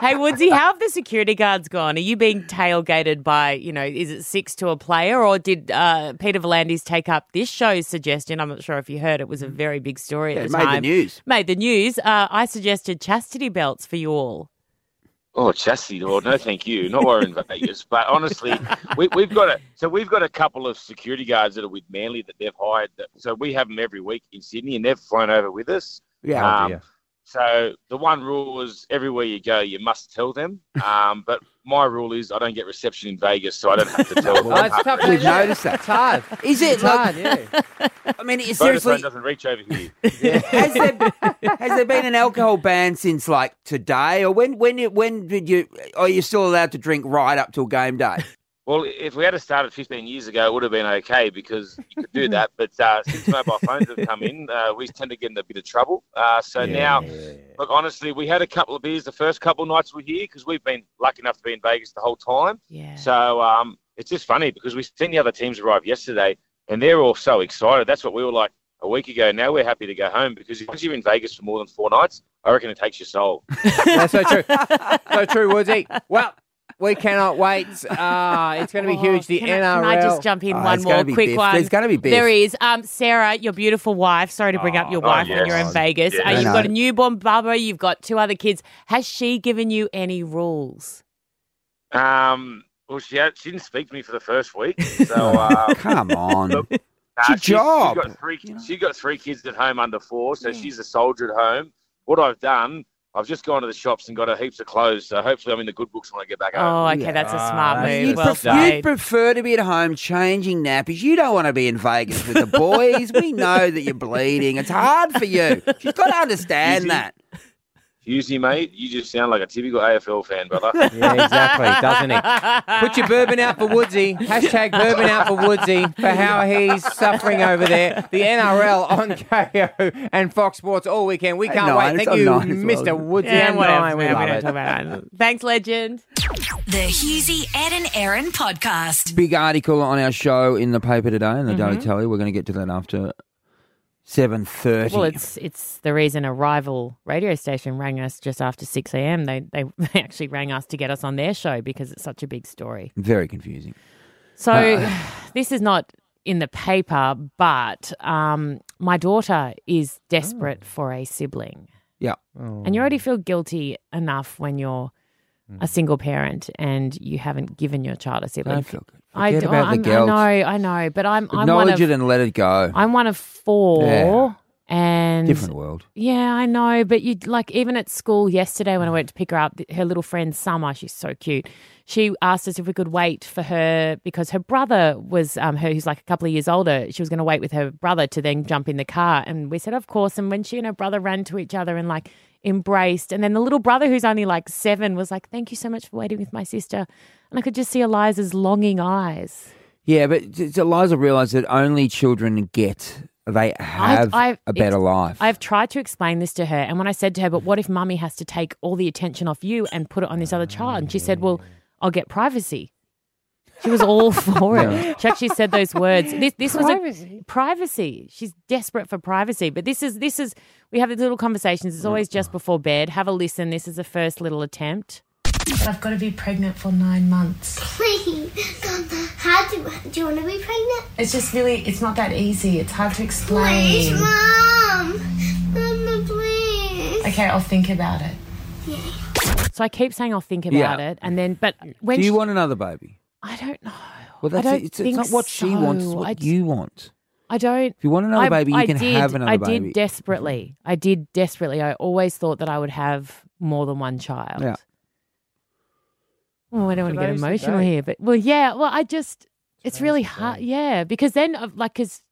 Speaker 5: hey, Woodsy, how have the security guards gone? Are you being tailgated by, you know, is it six to a player or did uh, Peter Volandis take up this show's suggestion? I'm not sure if you heard. It was a very big story at
Speaker 4: It
Speaker 5: the
Speaker 4: made
Speaker 5: time.
Speaker 4: the news.
Speaker 5: Made the news. Uh, I suggested chastity belts for you all.
Speaker 11: Oh, chastity, Lord, no, thank you. Not we're in Vegas, but honestly, we, we've got a so we've got a couple of security guards that are with Manly that they've hired. That, so we have them every week in Sydney, and they've flown over with us.
Speaker 4: Yeah.
Speaker 11: Um, so the one rule was everywhere you go, you must tell them. Um, but my rule is I don't get reception in Vegas, so I don't have to tell.
Speaker 4: Well, that's tough to We've know. noticed that. It's hard. Is it,
Speaker 11: It's
Speaker 4: like-
Speaker 11: hard,
Speaker 4: I mean, it's
Speaker 11: Vodafone
Speaker 4: seriously.
Speaker 11: doesn't reach over here.
Speaker 4: has, there, has there been an alcohol ban since like today, or when? When? you- When did you? Are you still allowed to drink right up till game day?
Speaker 11: Well, if we had started 15 years ago, it would have been okay because you could do that. But uh, since mobile phones have come in, uh, we tend to get in a bit of trouble. Uh, so now, look, honestly, we had a couple of beers the first couple of nights we were here because we've been lucky enough to be in Vegas the whole time.
Speaker 5: Yeah.
Speaker 11: So um, it's just funny because we've seen the other teams arrive yesterday and they're all so excited. That's what we were like a week ago. Now we're happy to go home because once you're in Vegas for more than four nights, I reckon it takes your soul.
Speaker 6: That's so true. so true, Woodsy. Well, we cannot wait. Uh, it's going to be huge. The
Speaker 5: Oh, Can I,
Speaker 6: NRL.
Speaker 5: can I just jump in
Speaker 6: Oh,
Speaker 5: one
Speaker 6: it's
Speaker 5: more
Speaker 6: gotta be
Speaker 5: quick
Speaker 6: biff.
Speaker 5: one?
Speaker 6: There's gotta be biff.
Speaker 5: There is. Um, Sarah, your beautiful wife. Sorry to bring up your
Speaker 6: Oh,
Speaker 5: wife when
Speaker 6: yes.
Speaker 5: you're in Vegas.
Speaker 6: Yeah.
Speaker 5: Uh,
Speaker 6: No,
Speaker 5: you've
Speaker 6: no.
Speaker 5: got a newborn bubba. You've got two other kids. Has she given you any rules?
Speaker 11: Um, well, she, had, she didn't speak to me for the first week. So uh,
Speaker 4: Come on.
Speaker 11: It's
Speaker 4: your
Speaker 11: she's-
Speaker 4: job.
Speaker 11: She's got, three, she's got three kids at home under four, so she's a soldier at home. What I've done, I've just gone to the shops and got her heaps of clothes. So hopefully, I'm in the good books when I get back
Speaker 5: Oh,
Speaker 6: uh,
Speaker 11: home.
Speaker 5: okay, that's a smart move.
Speaker 4: You'd,
Speaker 5: well
Speaker 4: pref- you'd
Speaker 5: played.
Speaker 4: Ah, prefer to be at home changing nappies. You don't want to be in Vegas with the boys. we know that you're bleeding. It's hard for you. You've got to understand that.
Speaker 11: Usually, mate, you just sound like a typical AFL fan, brother.
Speaker 6: Yeah, exactly, doesn't it? Put your bourbon out for Woodsy. Hashtag bourbon out for Woodsy for how he's suffering over there. The NRL on KO and Fox Sports all weekend. We
Speaker 5: At
Speaker 6: can't
Speaker 5: nine,
Speaker 6: wait.
Speaker 5: it's
Speaker 6: Thank you,
Speaker 5: on nine as
Speaker 6: Mr.
Speaker 5: well.
Speaker 6: Woodsy.
Speaker 5: Yeah,
Speaker 6: and
Speaker 5: whatever,
Speaker 6: Nine. We
Speaker 5: man, we
Speaker 6: love
Speaker 5: don't
Speaker 6: it.
Speaker 5: talk about it. Thanks, legend.
Speaker 1: The Husey, Ed and Aaron podcast.
Speaker 4: Big article on our show in the paper today in the Daily
Speaker 5: Mhm.
Speaker 4: Telly. We're going to get to that after seven thirty.
Speaker 5: Well, it's it's the reason a rival radio station rang us just after six a.m. They, they they actually rang us to get us on their show because it's such a big story.
Speaker 4: very confusing.
Speaker 5: So
Speaker 4: Uh,
Speaker 5: this is not in the paper, but um, my daughter is desperate
Speaker 6: Oh.
Speaker 5: for a sibling,
Speaker 4: yeah.
Speaker 5: and
Speaker 4: Oh.
Speaker 5: you already feel guilty enough when you're
Speaker 4: Mm.
Speaker 5: a single parent and you haven't given your child a sibling.
Speaker 4: Don't feel good.
Speaker 5: I
Speaker 4: Forget
Speaker 5: do.
Speaker 4: about the
Speaker 5: I'm-
Speaker 4: guilt.
Speaker 5: I know. I know. But I'm. I'm one
Speaker 4: Acknowledge
Speaker 5: of,
Speaker 4: it and let it go.
Speaker 5: I'm one of four,
Speaker 4: Yeah.
Speaker 5: and
Speaker 4: Different world.
Speaker 5: Yeah, I know, but you like even at school yesterday when I went to pick her up, th- her little friend Summer, she's so cute. She asked us if we could wait for her because her brother was um, her, who's like a couple of years older. She was going to wait with her brother to then jump in the car, and we said of course. And when she and her brother ran to each other and like embraced, and then the little brother who's only like seven was like, "Thank you so much for waiting with my sister," and I could just see Eliza's longing eyes.
Speaker 4: Yeah, but t- t- Eliza realised that only children get, they have a
Speaker 5: I've-
Speaker 4: better
Speaker 5: it's-
Speaker 4: life.
Speaker 5: I've tried to explain this to her, and when I said to her, "But what if mummy has to take all the attention off you and put it on this other child?" and she said, "Well, I'll get privacy." She was all for
Speaker 12: Yeah.
Speaker 5: it. She actually said those words. This this was
Speaker 12: Privacy?
Speaker 5: a, privacy. She's desperate for privacy. But this is this is we have these little conversations. It's always just before bed. Have a listen. This is the first little attempt.
Speaker 13: I've got to be pregnant for nine months.
Speaker 14: Please, Mama, how do, do you want to be pregnant?
Speaker 13: It's just really, it's not that easy. It's hard to explain.
Speaker 14: Please, Mom. Mama, please.
Speaker 13: Okay, I'll think about it.
Speaker 5: So I keep saying I'll think
Speaker 4: Yeah.
Speaker 5: about it, and then but when
Speaker 4: Do you
Speaker 5: she-
Speaker 4: want another baby?
Speaker 5: I don't know.
Speaker 4: Well, that's
Speaker 5: I don't
Speaker 4: it. It's,
Speaker 5: think
Speaker 4: it's not what she wants, it's
Speaker 5: so.
Speaker 4: what
Speaker 5: I-
Speaker 4: you want.
Speaker 5: I don't.
Speaker 4: If you want another
Speaker 5: I-
Speaker 4: baby, you
Speaker 5: I
Speaker 4: can
Speaker 5: did,
Speaker 4: have another
Speaker 5: I
Speaker 4: baby.
Speaker 5: did desperately. I did desperately. I always thought that I would have more than one child.
Speaker 4: Yeah.
Speaker 5: Oh, I don't want to get
Speaker 13: Today's the
Speaker 5: emotional
Speaker 13: day.
Speaker 5: here, but well, yeah. Well, I just, it's really hard. Yeah, because then, uh, like, because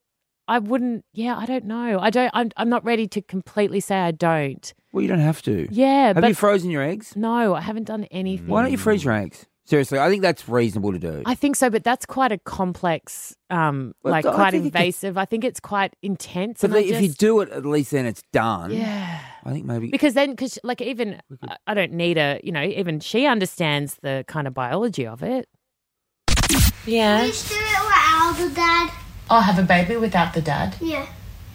Speaker 5: I wouldn't. Yeah, I don't know. I don't. I'm. I'm not ready to completely say I don't.
Speaker 4: Well, you don't have to.
Speaker 5: Yeah,
Speaker 4: Have
Speaker 5: but
Speaker 4: you frozen your eggs?
Speaker 5: No, I haven't done anything.
Speaker 4: Why don't you freeze your eggs? Seriously, I think that's reasonable to do.
Speaker 5: I think so, but that's quite a complex, um,
Speaker 4: Well,
Speaker 5: like
Speaker 4: I
Speaker 5: quite
Speaker 4: think it can-
Speaker 5: invasive. I think it's quite intense.
Speaker 4: but
Speaker 5: and I
Speaker 4: if you
Speaker 5: just-
Speaker 4: do it, at least then it's done.
Speaker 5: Yeah.
Speaker 4: I think maybe
Speaker 5: because then because like even I- i don't need a you know even she understands the kind of biology of it
Speaker 13: Yeah.
Speaker 14: You should do it without the dad.
Speaker 13: I'll have a baby without the dad.
Speaker 14: Yeah.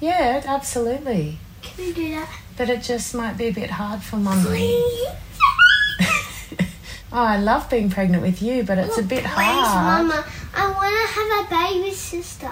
Speaker 13: Yeah, absolutely.
Speaker 14: Can we do that?
Speaker 13: But it just might be a bit hard for mummy. Oh, I love being pregnant with you, but it's a bit
Speaker 14: Please,
Speaker 13: hard.
Speaker 14: Mama, I want to have a baby sister.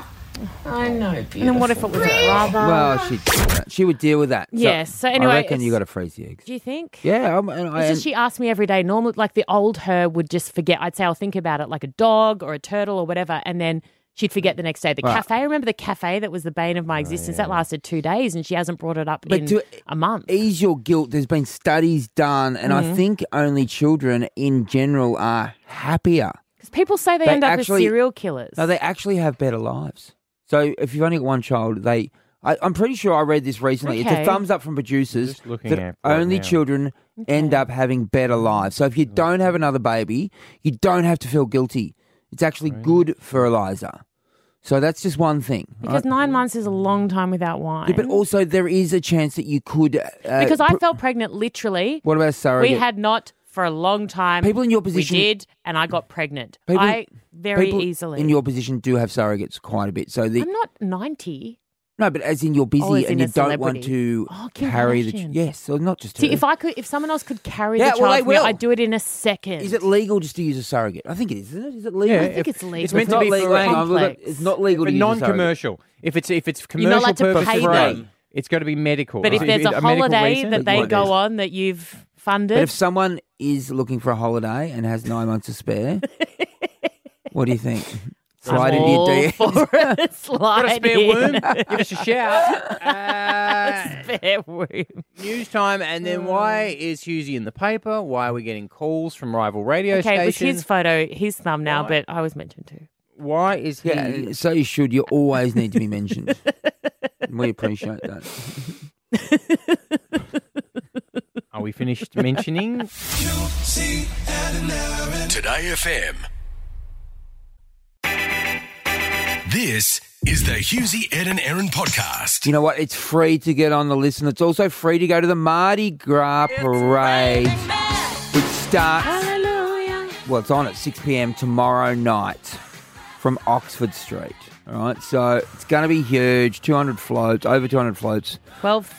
Speaker 13: I know. Beautiful.
Speaker 5: And then what if it was a brother?
Speaker 4: well, she'd deal with that. she would deal with that.
Speaker 5: Yes, so anyway,
Speaker 4: I reckon you
Speaker 5: it's-
Speaker 4: got to freeze the eggs.
Speaker 5: do you think
Speaker 4: Yeah, I'm, and
Speaker 5: it's
Speaker 4: I,
Speaker 5: just she asked me every day normally like the old her would just forget i'd say i'll think about it like a dog or a turtle or whatever and then She'd forget the next day. The
Speaker 4: Right. Oh,
Speaker 5: cafe, remember the cafe that was the bane of my existence? That lasted two days and she hasn't brought it up in
Speaker 4: to
Speaker 5: a month.
Speaker 4: Ease your guilt. There's been studies done, and I
Speaker 5: Mhm.
Speaker 4: think only children in general are happier.
Speaker 5: Because people say they,
Speaker 4: They
Speaker 5: end up
Speaker 4: actually-
Speaker 5: as serial killers.
Speaker 4: No, they actually have better lives. So if you've only got one child, they. I, I'm pretty sure I read this recently. It's
Speaker 5: Okay.
Speaker 4: a thumbs up from producers
Speaker 6: Just looking
Speaker 4: that
Speaker 6: at right
Speaker 4: only
Speaker 6: now.
Speaker 4: children end up having better lives. So if you don't have another baby, you don't have to feel guilty. It's actually good for Eliza. So that's just one thing.
Speaker 5: because
Speaker 4: right?
Speaker 5: nine months is a long time without wine.
Speaker 4: Yeah, but also there is a chance that you could. Uh,
Speaker 5: because I
Speaker 4: pr-
Speaker 5: fell pregnant literally.
Speaker 4: What about surrogate?
Speaker 5: We had not for a long time.
Speaker 4: People in your position-
Speaker 5: We did, and I got pregnant.
Speaker 4: People-
Speaker 5: I very
Speaker 4: People
Speaker 5: easily.
Speaker 4: in your position do have surrogates quite a bit. So the
Speaker 5: I'm not 90.
Speaker 4: no, but as in you're busy
Speaker 5: Oh, as in
Speaker 4: and you
Speaker 5: a Oh,
Speaker 4: don't want to
Speaker 5: Kim
Speaker 4: carry the ch-
Speaker 5: Kardashian.
Speaker 4: yes, so not just
Speaker 5: See,
Speaker 4: her.
Speaker 5: if I could, if someone else could carry the
Speaker 4: Yeah, well,
Speaker 5: child,
Speaker 4: they
Speaker 5: for me,
Speaker 4: will.
Speaker 5: I'd do it in a second.
Speaker 4: Is it legal just to use a surrogate? I think it is, isn't it? Is it legal?
Speaker 5: I think it's legal.
Speaker 6: It's meant to be for
Speaker 4: Hang on, we've got-
Speaker 6: complex.
Speaker 4: It's not legal
Speaker 6: for
Speaker 4: to use a surrogate.
Speaker 6: non-commercial. If it's if it's
Speaker 5: You're not
Speaker 6: commercial
Speaker 5: allowed to
Speaker 6: purpose
Speaker 5: pay
Speaker 6: free,
Speaker 5: them.
Speaker 6: it's got to be medical.
Speaker 5: but if there's a,
Speaker 6: medical
Speaker 5: holiday
Speaker 6: reason,
Speaker 5: that they
Speaker 6: like
Speaker 5: go
Speaker 6: this.
Speaker 5: on that you've funded,
Speaker 4: But if someone is looking for a holiday and has nine months to spare, what do you think?
Speaker 5: I'm
Speaker 4: Slide into your
Speaker 5: all
Speaker 4: DM.
Speaker 5: for it. Slide
Speaker 6: Got a spare
Speaker 5: in.
Speaker 6: womb? Give us a shout.
Speaker 5: spare womb. Hmm.
Speaker 6: News time, and then why is Husey in the paper? Why are we getting calls from rival radio
Speaker 5: Okay, it was
Speaker 6: stations?
Speaker 5: his photo, his thumbnail, but I was mentioned too.
Speaker 6: Why is he?
Speaker 4: Yeah, so you should. You always need to be mentioned. we appreciate that.
Speaker 6: Are we finished mentioning?
Speaker 7: Today FM. This is the Husey, Ed and Aaron podcast.
Speaker 4: You know what? It's free to get on the list, and it's also free to go to the Mardi Gras parade, which starts. Well, it's on at 6 p.m. tomorrow night from Oxford Street. All right, so it's going to be huge. 200 floats, over 200 floats,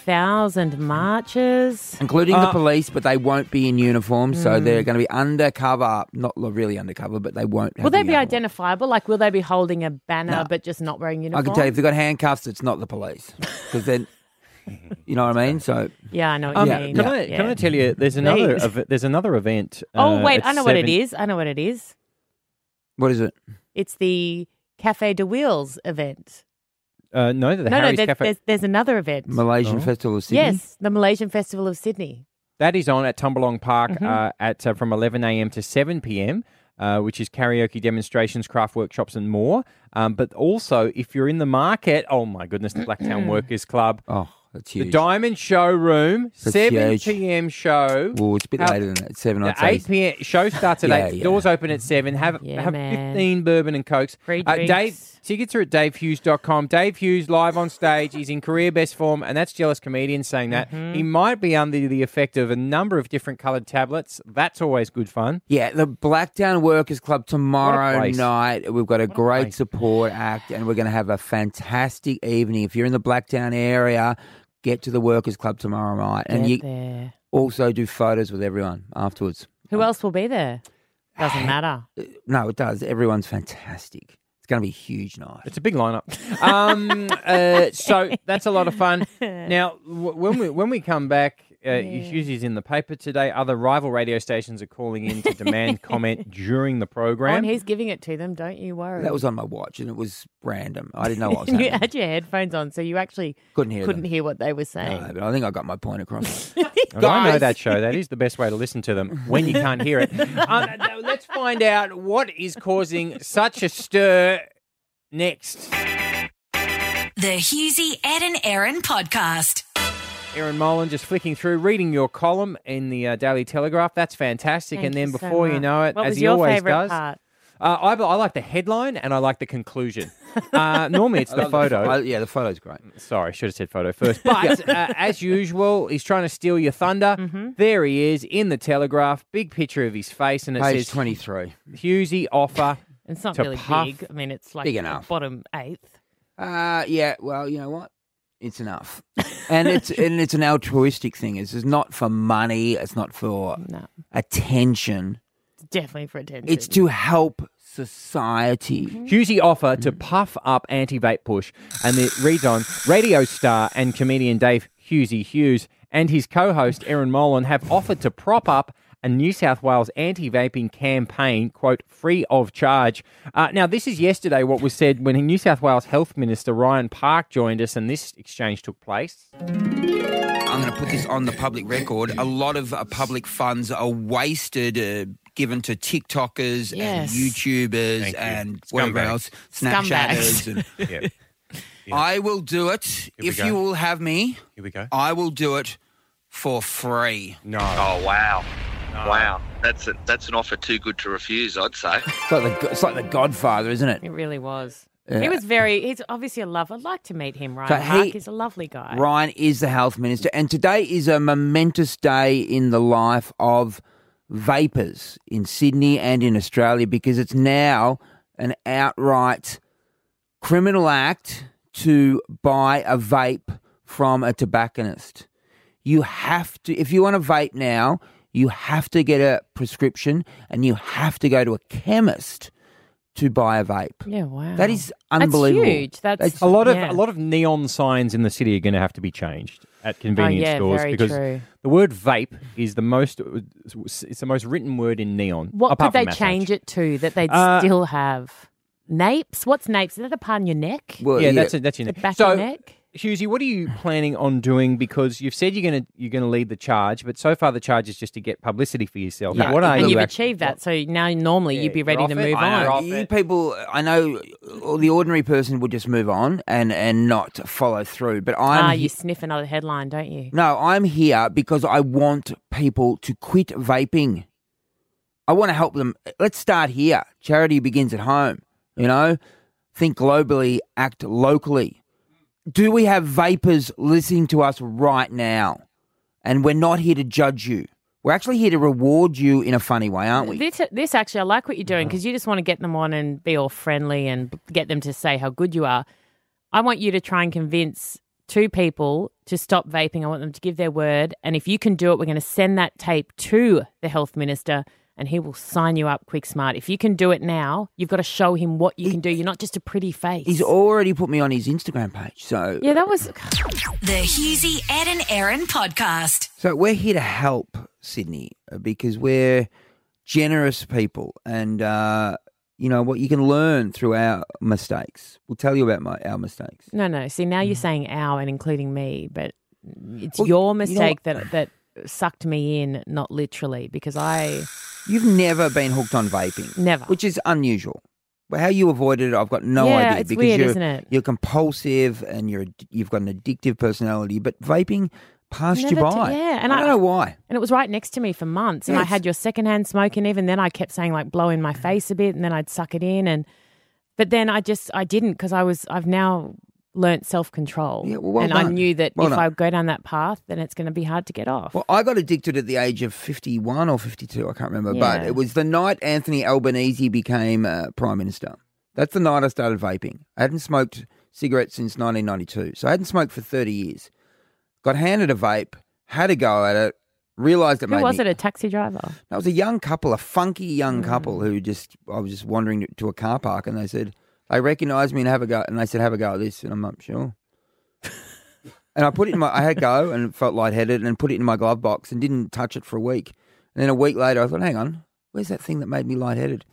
Speaker 5: 12,000 marches.
Speaker 4: including the
Speaker 5: Uh,
Speaker 4: police, but they won't be in uniform, so
Speaker 5: Mm.
Speaker 4: they're going to be undercover. Not lo- really undercover, but they won't. Have
Speaker 5: Will they
Speaker 4: the
Speaker 5: be
Speaker 4: uniform.
Speaker 5: identifiable? Like, will they be holding a banner
Speaker 4: No.
Speaker 5: but just not wearing
Speaker 4: I
Speaker 5: uniform?
Speaker 4: can tell you, if they've got handcuffs, it's not the police because then, you know what I mean. So
Speaker 5: Yeah, I know what
Speaker 6: Um,
Speaker 5: you
Speaker 6: can,
Speaker 5: mean.
Speaker 6: I,
Speaker 5: Yeah.
Speaker 6: can I tell you? There's another.
Speaker 5: Please.
Speaker 6: ev- there's another event.
Speaker 5: Oh,
Speaker 6: uh,
Speaker 5: wait,
Speaker 6: at
Speaker 5: I know what it
Speaker 6: seven-
Speaker 5: is. I know what it is.
Speaker 4: what is it?
Speaker 5: It's the Cafe de Wheels event.
Speaker 6: Uh, no, the
Speaker 5: no,
Speaker 6: Harry's
Speaker 5: no, there's,
Speaker 6: Cafe.
Speaker 5: there's, there's another event.
Speaker 4: Malaysian
Speaker 6: Oh.
Speaker 4: Festival of Sydney.
Speaker 5: Yes, the Malaysian Festival of Sydney.
Speaker 6: That is on at Tumbalong Park uh, at uh, from 11 a.m. to 7 p.m., uh, which is karaoke demonstrations, craft workshops, and more. Um, but also, if you're in the market, oh my goodness, the Blacktown Workers Club.
Speaker 4: Oh, that's
Speaker 6: The
Speaker 4: huge.
Speaker 6: Diamond Showroom,
Speaker 4: That's
Speaker 6: 7
Speaker 4: huge.
Speaker 6: p.m. show.
Speaker 4: Well, it's a bit
Speaker 6: Uh,
Speaker 4: later than that. It's seven,
Speaker 6: The
Speaker 4: I'd say.
Speaker 6: 8 p.m. show starts at
Speaker 4: Yeah,
Speaker 6: 8.
Speaker 4: yeah.
Speaker 6: Doors open at 7. Have,
Speaker 5: Yeah,
Speaker 6: have
Speaker 5: man.
Speaker 6: 15 bourbon and cokes. Uh,
Speaker 5: Free
Speaker 6: Dave,
Speaker 5: drinks.
Speaker 6: tickets are at davehughes.com. Dave Hughes live on stage. He's in career best form, and that's jealous comedian saying that.
Speaker 5: Mm-hmm.
Speaker 6: He might be under the effect of a number of different coloured tablets. That's always good fun.
Speaker 4: Yeah, the Blacktown Workers Club tomorrow
Speaker 6: place.
Speaker 4: night. We've got a great support act and we're going to have a fantastic evening. If you're in the Blacktown area, get to the Workers Club tomorrow night. And
Speaker 5: Get
Speaker 4: you
Speaker 5: there.
Speaker 4: also do photos with everyone afterwards. Uh,
Speaker 5: Who else will be there? Doesn't matter.
Speaker 4: No, it does. Everyone's fantastic. It's going to be a huge night.
Speaker 6: It's a big lineup. Um, uh, so that's a lot of fun. Now, w- when we when we come back, uh, Hughes in the paper today. Other rival radio stations are calling in to demand comment during the
Speaker 5: Oh, and
Speaker 6: program.
Speaker 5: he's giving it to them. Don't you worry.
Speaker 4: That was on my watch and it was random. I didn't know what was
Speaker 5: you
Speaker 4: happening.
Speaker 5: had your headphones on, so you actually
Speaker 4: Couldn't hear
Speaker 5: couldn't
Speaker 4: them.
Speaker 5: hear what they were saying.
Speaker 4: No, but I think I got my point across.
Speaker 6: And I know
Speaker 4: Guys.
Speaker 6: that show. That is the best way to listen to them when you can't hear it. Um, now let's find out what is causing such a stir next.
Speaker 12: The Husey, Ed and Aaron podcast.
Speaker 6: Aaron Molan just flicking through, reading your column in the uh, Daily Telegraph. That's fantastic.
Speaker 5: Thank
Speaker 6: and then
Speaker 5: you so
Speaker 6: before you
Speaker 5: much.
Speaker 6: know it,
Speaker 5: What
Speaker 6: as
Speaker 5: was
Speaker 6: he
Speaker 5: your
Speaker 6: always
Speaker 5: favourite
Speaker 6: does,
Speaker 5: part?
Speaker 6: Uh, I, I like the headline and I like the conclusion. Uh, normally it's
Speaker 4: I
Speaker 6: the
Speaker 4: love the-
Speaker 6: photo.
Speaker 4: I- yeah, the photo's great.
Speaker 6: Sorry, should have said photo first. But uh, as usual, he's trying to steal your thunder.
Speaker 5: Mm-hmm.
Speaker 6: There he is in the Telegraph, big picture of his face, and it
Speaker 4: Page
Speaker 6: says
Speaker 4: 23.
Speaker 6: Husey offer.
Speaker 5: It's not
Speaker 6: to
Speaker 5: really
Speaker 6: puff.
Speaker 5: big. I mean, it's like
Speaker 4: Big
Speaker 5: the
Speaker 4: enough.
Speaker 5: bottom eighth.
Speaker 4: Uh, yeah, well, you know what? It's enough. and it's and it's an altruistic thing. It's, it's not for money. It's not for attention.
Speaker 5: It's definitely for attention.
Speaker 4: It's to help society. Mm-hmm.
Speaker 6: Husey Mm-hmm. offer to puff up anti-vape push, and it reads on: radio star and comedian Dave Husey Hughes and his co-host Erin Molan have offered to prop up a New South Wales anti-vaping campaign, quote, free of charge. Uh, now, this is yesterday what was said when New South Wales Health Minister Ryan Park joined us, and this exchange took place.
Speaker 4: I'm going to put this on the public record. A lot of uh, public funds are wasted, uh, given to TikTokers
Speaker 15: Yes.
Speaker 4: and YouTubers and whatever
Speaker 15: Scumbags.
Speaker 4: else, Snapchatters. And,
Speaker 15: yeah.
Speaker 4: I will do it
Speaker 15: we
Speaker 4: if
Speaker 15: go.
Speaker 4: you will have me.
Speaker 15: Here we go.
Speaker 4: I will do it for free.
Speaker 6: No.
Speaker 16: Oh wow, wow. That's a, that's an offer too good to refuse. I'd say.
Speaker 4: It's like the, it's like the Godfather, isn't it?
Speaker 5: It really was.
Speaker 4: Yeah.
Speaker 5: He was very. He's obviously a love. I'd like to meet him, Ryan.
Speaker 4: uh, So
Speaker 5: Park.
Speaker 4: he-
Speaker 5: he's a lovely guy.
Speaker 4: Ryan is the health minister, and today is a momentous day in the life of vapors in Sydney and in Australia because it's now an outright criminal act to buy a vape from a tobacconist. You have to, if you want to vape now, you have to get a prescription and you have to go to a chemist to buy a vape.
Speaker 5: Yeah, Oh, wow.
Speaker 4: That is unbelievable.
Speaker 5: That's huge. That's,
Speaker 6: a lot of
Speaker 5: yeah.
Speaker 6: a lot of neon signs in the city are going to have to be changed at convenience
Speaker 5: Oh, yeah,
Speaker 6: stores
Speaker 5: very
Speaker 6: because
Speaker 5: true.
Speaker 6: the word vape is the most it's the most written word in neon.
Speaker 5: What could
Speaker 6: apart
Speaker 5: they
Speaker 6: from massage.
Speaker 5: change it to that they'd
Speaker 6: Uh,
Speaker 5: still have? Napes? What's napes? Is that a part on your neck?
Speaker 6: yeah, that's it. That's your
Speaker 5: The
Speaker 6: neck.
Speaker 5: back
Speaker 6: so,
Speaker 5: of your neck.
Speaker 6: Hughesy, what are you planning on doing? Because you've said you're gonna you're gonna lead the charge, but so far the charge is just to get publicity for yourself. What are
Speaker 5: and
Speaker 6: you?
Speaker 5: you've
Speaker 6: act-
Speaker 5: achieved that, so now normally you'd be ready to move on.
Speaker 4: You people, I know, or the ordinary person would just move on and and not follow through. But I'm
Speaker 5: ah,
Speaker 4: he-
Speaker 5: you sniff another headline, don't you?
Speaker 4: no, I'm here because I want people to quit vaping. I want to help them. Let's start here. Charity begins at home. You know, think globally, act locally. Do we have vapors listening to us right now? And we're not here to judge you. We're actually here to reward you in a funny way, aren't we?
Speaker 5: This, this actually, I like what you're doing because you just want to get them on and be all friendly and b- get them to say how good you are. I want you to try and convince two people to stop vaping. I want them to give their word. And if you can do it, we're going to send that tape to the health minister and he will sign you up quick smart. If you can do it now, you've got to show him what you can do. You're not just a pretty face.
Speaker 4: He's already put me on his Instagram page, so
Speaker 5: yeah, that was.
Speaker 12: The Husey, Ed and Aaron podcast.
Speaker 4: So we're here to help Sydney uh, because we're generous people, and uh, you know what you can learn through our mistakes. We'll tell you about my our mistakes.
Speaker 5: No, no. See, now you're saying our and including me, but it's your mistake that that sucked me in, not literally, because I
Speaker 4: You've never been hooked on vaping,
Speaker 5: Never.
Speaker 4: which is unusual. But how you avoided it, I've got no
Speaker 5: Yeah,
Speaker 4: idea.
Speaker 5: it's
Speaker 4: because
Speaker 5: weird,
Speaker 4: you're,
Speaker 5: isn't it?
Speaker 4: You're compulsive and you're you've got an addictive personality, but vaping passed you
Speaker 5: never t-
Speaker 4: by.
Speaker 5: yeah, and
Speaker 4: I,
Speaker 5: I-
Speaker 4: don't know why.
Speaker 5: and it was right next to me for months, and I
Speaker 4: Yes.
Speaker 5: had your secondhand smoke, and even then I kept saying like blow in my face a bit, and then I'd suck it in, and but then I just I didn't because I was I've now learnt self control,
Speaker 4: well, well
Speaker 5: and I
Speaker 4: done.
Speaker 5: knew that
Speaker 4: Well
Speaker 5: if
Speaker 4: done.
Speaker 5: I go down that path, then it's going to be hard to get off.
Speaker 4: Well, I got addicted at the age of 51 or 52, I can't remember, but
Speaker 5: Yeah.
Speaker 4: it was the night Anthony Albanese became uh, Prime Minister. That's the night I started vaping. I hadn't smoked cigarettes since 1992, so I hadn't smoked for 30 years. Got handed a vape, had a go at it, realised it
Speaker 5: Who
Speaker 4: made
Speaker 5: was
Speaker 4: me...
Speaker 5: it? A taxi driver?
Speaker 4: That was a young couple, a funky young couple who just I was just wandering to a car park and they said they recognised me and have a go and they said have a go at this and I'm like sure. and I put it in my I had a go and felt lightheaded and put it in my glove box and didn't touch it for a week. And then a week later I thought, hang on, where's that thing that made me lightheaded?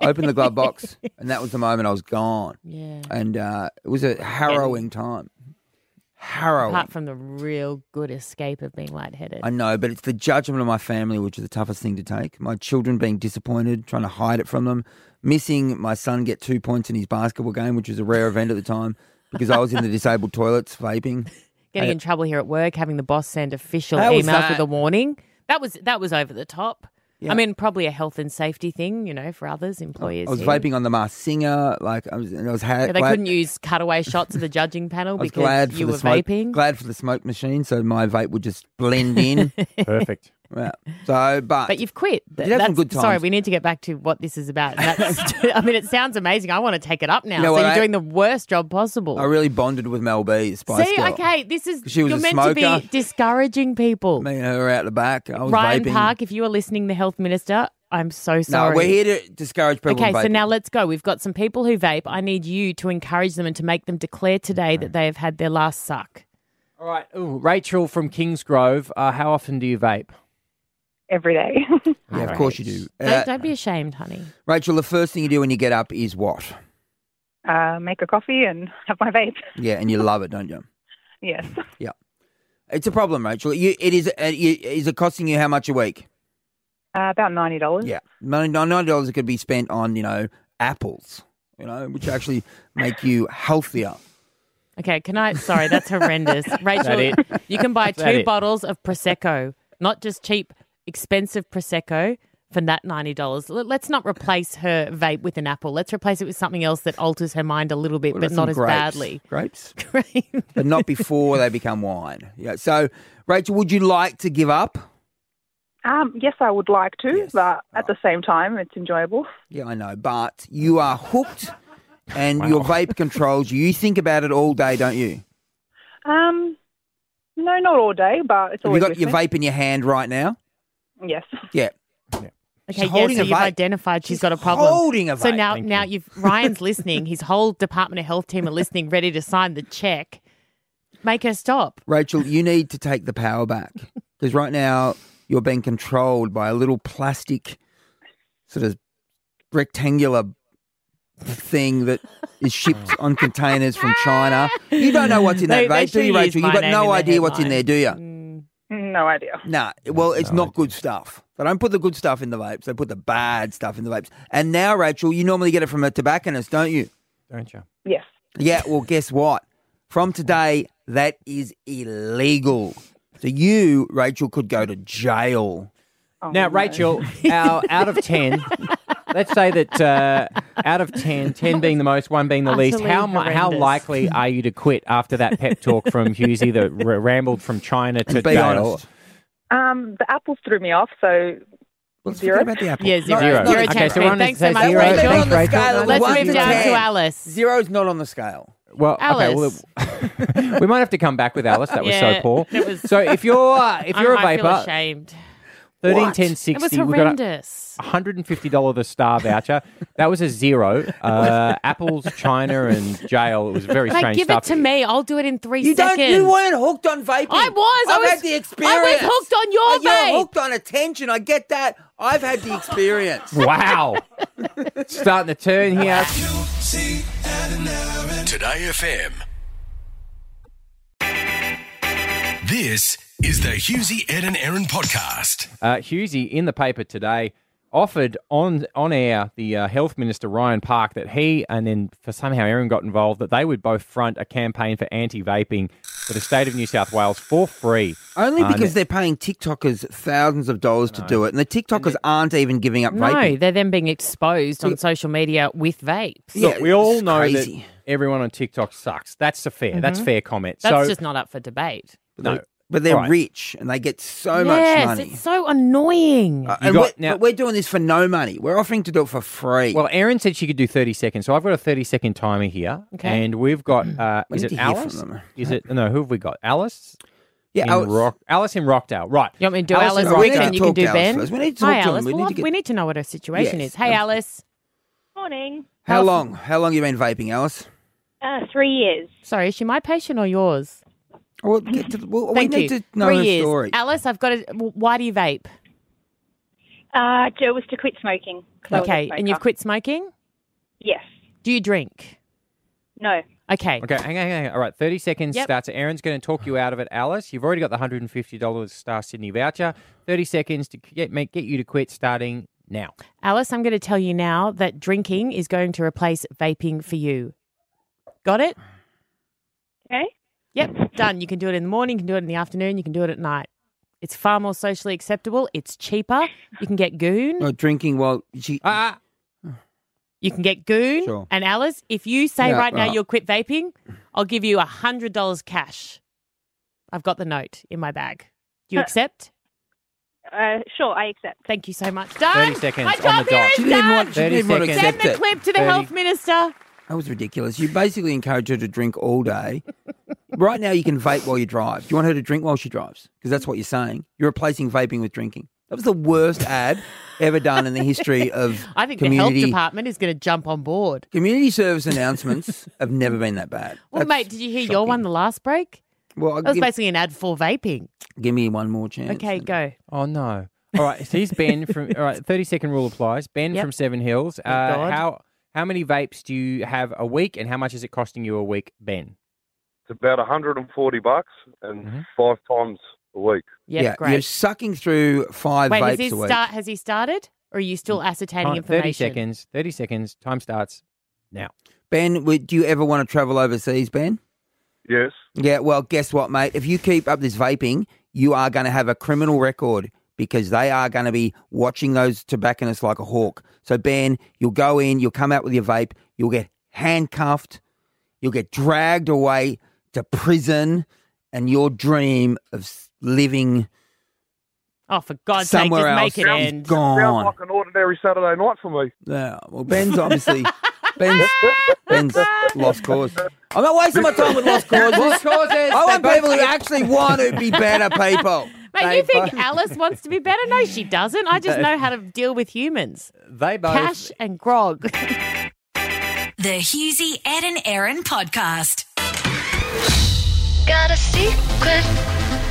Speaker 4: Opened the glove box and that was the moment I was gone.
Speaker 5: Yeah.
Speaker 4: And uh, it was a harrowing time. Harrowing.
Speaker 5: Apart from the real good escape of being lightheaded.
Speaker 4: I know, but it's the judgment of my family which is the toughest thing to take. My children being disappointed, trying to hide it from them, missing my son get two points in his basketball game, which was a rare event at the time because I was in the disabled toilets vaping.
Speaker 5: Getting
Speaker 4: And-
Speaker 5: in trouble here at work, having the boss send official
Speaker 4: How was
Speaker 5: emails
Speaker 4: that?
Speaker 5: with a warning. That was that was over the top.
Speaker 4: Yeah.
Speaker 5: I mean, probably a health and safety thing, you know, for others, employers.
Speaker 4: I was
Speaker 5: here.
Speaker 4: vaping on the Masked Singer, like I was, and I was ha-
Speaker 5: Oh, Yeah, they
Speaker 4: glad-
Speaker 5: couldn't use cutaway shots of the judging panel
Speaker 4: I was
Speaker 5: because
Speaker 4: glad for
Speaker 5: you
Speaker 4: the
Speaker 5: were
Speaker 4: smoke,
Speaker 5: vaping.
Speaker 4: glad for the smoke machine, so my vape would just blend in.
Speaker 6: Perfect.
Speaker 4: Yeah. So, but
Speaker 5: But you've quit.
Speaker 4: did have some
Speaker 5: That's-
Speaker 4: good
Speaker 5: Sorry,
Speaker 4: times.
Speaker 5: we need to get back to what this is about. That's, I mean, it sounds amazing. I want to take it up now.
Speaker 4: You know
Speaker 5: so
Speaker 4: what,
Speaker 5: you're
Speaker 4: I-
Speaker 5: doing the worst job possible.
Speaker 4: I really bonded with Mel B. Spice
Speaker 5: See,
Speaker 4: Girl.
Speaker 5: okay, this is
Speaker 4: 'Cause she was
Speaker 5: you're
Speaker 4: a
Speaker 5: meant to
Speaker 4: smoker.
Speaker 5: be discouraging people.
Speaker 4: Me and her out the back. I was
Speaker 5: Ryan
Speaker 4: vaping.
Speaker 5: Park, if you are listening, the health minister, I'm so
Speaker 4: no,
Speaker 5: sorry.
Speaker 4: we're here to discourage people.
Speaker 5: Okay,
Speaker 4: from
Speaker 5: so
Speaker 4: vaping.
Speaker 5: now let's go. We've got some people who vape. I need you to encourage them and to make them declare today that they have had their last suck.
Speaker 6: All right, Ooh, Rachel from Kingsgrove. Uh, how often do you vape?
Speaker 8: every day.
Speaker 4: Yeah, of course you do.
Speaker 5: Don't,
Speaker 4: Uh,
Speaker 5: don't be ashamed, honey.
Speaker 4: Rachel, the first thing you do when you get up is what?
Speaker 8: uh, make a coffee and have my vape.
Speaker 4: Yeah, and you love it, don't you?
Speaker 8: Yes. Uh,
Speaker 4: Yeah. It's a problem, Rachel. You, it is. Uh, you, is it costing you how much a week?
Speaker 8: Uh, about $90.
Speaker 4: Yeah, Ninety- ninety dollars could be spent on you know apples, you know, which actually make you healthier.
Speaker 5: Okay, can I? Sorry, that's horrendous. Rachel,
Speaker 4: Is that it?
Speaker 5: you can buy
Speaker 4: Is that
Speaker 5: two
Speaker 4: it?
Speaker 5: bottles of Prosecco, not just cheap, expensive Prosecco for that $90. Let- Let's not replace her vape with an apple. Let's replace it with something else that alters her mind a little bit,
Speaker 4: What
Speaker 5: but
Speaker 4: about
Speaker 5: not
Speaker 4: some
Speaker 5: as
Speaker 4: grapes?
Speaker 5: badly.
Speaker 4: Grapes, but not before they become wine. Yeah. So, Rachel, would you like to give up?
Speaker 8: Um, yes, I would like to, but at
Speaker 4: Oh.
Speaker 8: the same time, it's enjoyable.
Speaker 4: Yeah, I know, but you are hooked, and your vape controls you. You think about it all day, don't you?
Speaker 8: Um, no, not all day, but it's
Speaker 4: Have you
Speaker 8: always
Speaker 4: got
Speaker 8: with
Speaker 4: your
Speaker 8: me.
Speaker 4: vape in your hand right now?
Speaker 8: Yes.
Speaker 4: Yeah.
Speaker 5: Okay,
Speaker 4: She's
Speaker 5: yeah, so
Speaker 4: holding a
Speaker 5: you've
Speaker 4: vape.
Speaker 5: identified she's got a problem.
Speaker 4: holding a
Speaker 5: So
Speaker 4: vape.
Speaker 5: now,
Speaker 4: Thank
Speaker 5: now you've Ryan's listening. His whole Department of Health team are listening, ready to sign the check. Make her stop.
Speaker 4: Rachel, you need to take the power back because right now you're being controlled by a little plastic sort of rectangular thing that is shipped on containers from China. You don't know what's in
Speaker 8: They-
Speaker 4: that
Speaker 8: they
Speaker 4: vape, do you,
Speaker 8: should use
Speaker 4: Rachel?
Speaker 8: my
Speaker 4: You've got
Speaker 8: name
Speaker 4: no
Speaker 8: in the
Speaker 4: idea what's in there,
Speaker 8: headline.
Speaker 4: do you?
Speaker 8: Mm. No idea.
Speaker 4: Nah, well, it's not good stuff. They don't put the good stuff in the vapes. They put the bad stuff in the vapes. And now, Rachel, you normally get it from a tobacconist, don't you?
Speaker 6: Don't you?
Speaker 8: Yes.
Speaker 4: Yeah, well, guess what? From today, that is illegal. So you, Rachel, could go to jail.
Speaker 5: Oh
Speaker 6: now, Rachel, our, out of 10, let's say that uh, out of 10, 10 being the most, 1 being the least,
Speaker 15: Utterly
Speaker 6: how, mu- how
Speaker 15: horrendous.
Speaker 6: likely are you to quit after that pep talk from Husey that r- rambled from China to
Speaker 4: be
Speaker 6: jail?
Speaker 4: honest.
Speaker 8: Um, the apples threw me off, so zero.
Speaker 4: about the apple.
Speaker 5: Yeah, zero. You're a
Speaker 6: Okay,
Speaker 5: ten,
Speaker 6: so
Speaker 5: babe.
Speaker 6: we're on
Speaker 5: Thanks
Speaker 6: so
Speaker 5: so much,
Speaker 6: zero.
Speaker 5: Rachel.
Speaker 6: Thanks,
Speaker 5: On the
Speaker 6: Rachel.
Speaker 5: scale of Let's one move to down to 10. Alice.
Speaker 4: Zero's not on the scale.
Speaker 6: Well, okay, well,
Speaker 4: Alice.
Speaker 6: it- we might have to come back with Alice. That was
Speaker 5: Yeah,
Speaker 6: so poor.
Speaker 5: that was-
Speaker 6: so if you're uh, if you're a
Speaker 5: I- I feel
Speaker 6: vapor,
Speaker 5: ashamed.
Speaker 6: thirteen
Speaker 5: What?
Speaker 6: ten
Speaker 5: It was
Speaker 6: sixty. We got a
Speaker 5: horrendous.
Speaker 6: hundred and fifty dollar the star voucher. That was a zero. Uh, apples, China, and jail. It was very
Speaker 5: Mate,
Speaker 6: strange
Speaker 5: give
Speaker 6: stuff.
Speaker 5: it to me. I'll do it in three
Speaker 4: You don't-
Speaker 5: seconds.
Speaker 4: you weren't hooked on vaping.
Speaker 5: I was. I
Speaker 4: I've
Speaker 5: was,
Speaker 4: had the experience.
Speaker 5: I was hooked on your
Speaker 4: Oh,
Speaker 5: vape.
Speaker 4: You're hooked on attention. I get that. I've had the experience.
Speaker 6: Wow, starting to turn here.
Speaker 7: Today FM. This is the Husey, Ed and Aaron podcast.
Speaker 6: Uh, Husey in the paper today offered on on air the uh, health minister Ryan Park that he and then for somehow Aaron got involved that they would both front a campaign for anti-vaping for the state of New South Wales for free.
Speaker 4: Only
Speaker 6: Uh,
Speaker 4: because they're paying TikTokers thousands of dollars to do it, and the TikTokers aren't even giving up
Speaker 5: No,
Speaker 4: vaping.
Speaker 5: they're then being exposed on social media with vapes.
Speaker 6: Look, we all know
Speaker 4: crazy. Mm-hmm.
Speaker 6: that everyone on TikTok sucks. That's a fair. That's
Speaker 5: Mhm.
Speaker 6: fair comment.
Speaker 5: That's
Speaker 6: so
Speaker 5: just not up for debate.
Speaker 6: no,
Speaker 4: But they're
Speaker 6: Right.
Speaker 4: rich and they get so
Speaker 5: yes,
Speaker 4: much money.
Speaker 5: it's so annoying.
Speaker 4: Uh, and we're, but we're doing this for no money. We're offering to do it for free.
Speaker 6: Well, Erin said she could do 30 seconds, so I've got a 30 second timer here.
Speaker 4: Okay.
Speaker 6: And we've got, uh,
Speaker 4: We
Speaker 6: is
Speaker 4: need
Speaker 6: it
Speaker 4: to hear from
Speaker 6: Alice?
Speaker 4: them.
Speaker 6: Is it, no, who have we got? Alice?
Speaker 4: Yeah,
Speaker 6: in
Speaker 4: Alice.
Speaker 6: Rock, Alice in Rockdale. Right.
Speaker 5: You want me to do
Speaker 6: in
Speaker 5: Alice,
Speaker 6: Rockdale.
Speaker 5: and then you can do Ben?
Speaker 4: first. We need to
Speaker 5: Hi,
Speaker 4: talk to him.
Speaker 5: Alice.
Speaker 4: We
Speaker 5: Well,
Speaker 4: need to
Speaker 5: I've-
Speaker 4: get-
Speaker 5: we need to know what her situation
Speaker 4: Yes, um,
Speaker 5: is. Hey, Alice.
Speaker 17: Morning.
Speaker 4: How long? How long you been vaping, Alice?
Speaker 17: Uh, three years.
Speaker 5: Sorry, is she my patient or yours?
Speaker 4: Well, get to, well we
Speaker 5: Thank
Speaker 4: need
Speaker 5: you.
Speaker 4: to know
Speaker 5: Three
Speaker 4: her
Speaker 5: years.
Speaker 4: story.
Speaker 5: Alice, I've got to. w- Why do you vape?
Speaker 17: Uh, it was to quit smoking. 'cause I was a
Speaker 5: Okay, and you've
Speaker 17: smoker.
Speaker 5: quit smoking?
Speaker 17: Yes.
Speaker 5: Do you drink?
Speaker 17: No.
Speaker 5: Okay.
Speaker 6: Okay, hang on, hang on. All right, 30 seconds
Speaker 5: Yep.
Speaker 6: starts. Erin's going to talk you out of it, Alice. You've already got the $150 Star Sydney voucher. 30 seconds to get, make, get you to quit starting now.
Speaker 5: Alice, I'm going to tell you now that drinking is going to replace vaping for you. Got it?
Speaker 17: Okay.
Speaker 5: Yep, done. You can do it in the morning, you can do it in the afternoon, you can do it at night. It's far more socially acceptable. It's cheaper. You can get goon.
Speaker 4: No, Oh, drinking while she.
Speaker 5: Ah, You can get goon.
Speaker 4: Sure.
Speaker 5: And Alice, if you say
Speaker 4: Yeah,
Speaker 5: right now
Speaker 4: uh,
Speaker 5: you'll quit vaping, I'll give you $100 cash. I've got the note in my bag. Do you
Speaker 17: Uh,
Speaker 5: accept?
Speaker 17: Uh, sure, I accept.
Speaker 5: Thank you so much. Done.
Speaker 6: 30 seconds
Speaker 5: My
Speaker 6: on
Speaker 5: job
Speaker 6: the
Speaker 5: here
Speaker 6: dot.
Speaker 5: is
Speaker 6: She didn't
Speaker 5: done.
Speaker 6: want- she 30 didn't want to seconds.
Speaker 5: Send the
Speaker 6: accept it.
Speaker 5: clip to the
Speaker 6: 30.
Speaker 5: health minister.
Speaker 4: That was ridiculous. You basically encourage her to drink all day. right now, you can vape while you drive. Do you want her to drink while she drives? Because that's what you're saying. You're replacing vaping with drinking. That was the worst ad ever done in the history of
Speaker 5: I think the
Speaker 4: community.
Speaker 5: health department is going to jump on board.
Speaker 4: Community service announcements have never been that bad.
Speaker 5: Well,
Speaker 4: That's-
Speaker 5: mate, did you hear your one the last break?
Speaker 4: well,
Speaker 5: That was
Speaker 4: give,
Speaker 5: basically an ad for vaping.
Speaker 4: give me one more chance.
Speaker 5: Okay, go.
Speaker 6: Oh, no. All right, so he's Ben from. All right, thirty second rule applies. Ben
Speaker 5: Yep.
Speaker 6: from Seven Hills. Uh,
Speaker 5: God.
Speaker 6: how how many vapes do you have a week, and how much is it costing you a week, Ben?
Speaker 15: It's about 140 bucks and
Speaker 5: Mm-hmm.
Speaker 15: five times a week.
Speaker 4: yeah, you're sucking through five
Speaker 5: Wait, has
Speaker 4: vapes
Speaker 5: he
Speaker 4: a week.
Speaker 5: start? Has he started? Or are you still ascertaining
Speaker 6: Time-
Speaker 5: information?
Speaker 6: Thirty seconds. Thirty seconds. Time starts now.
Speaker 4: Ben, would do you ever want to travel overseas, Ben?
Speaker 15: Yes.
Speaker 4: Yeah, well, guess what, mate? If you keep up this vaping, you are going to have a criminal record because they are going to be watching those tobacconists like a hawk. So, Ben, you'll go in, you'll come out with your vape, you'll get handcuffed, you'll get dragged away to prison, and your dream of s- living
Speaker 5: Oh, for God's
Speaker 4: Somewhere
Speaker 5: sake, just make it
Speaker 4: else.
Speaker 5: end.
Speaker 4: Sounds- Gone.
Speaker 15: Sounds like an ordinary Saturday night for me.
Speaker 4: Yeah, well, Ben's obviously Ben's Ben's lost cause. I'm not wasting my time with lost causes.
Speaker 6: Lost causes,
Speaker 4: I want
Speaker 6: they both
Speaker 4: people who
Speaker 6: live-
Speaker 4: actually want to be better people.
Speaker 5: Mate, you
Speaker 4: They
Speaker 5: think
Speaker 4: both-
Speaker 5: Alice wants to be better? No, she doesn't. I just
Speaker 4: They-
Speaker 5: know how to deal with humans.
Speaker 6: They both.
Speaker 5: Cash and grog.
Speaker 12: The Husey, Ed and Aaron podcast.
Speaker 14: Got a secret?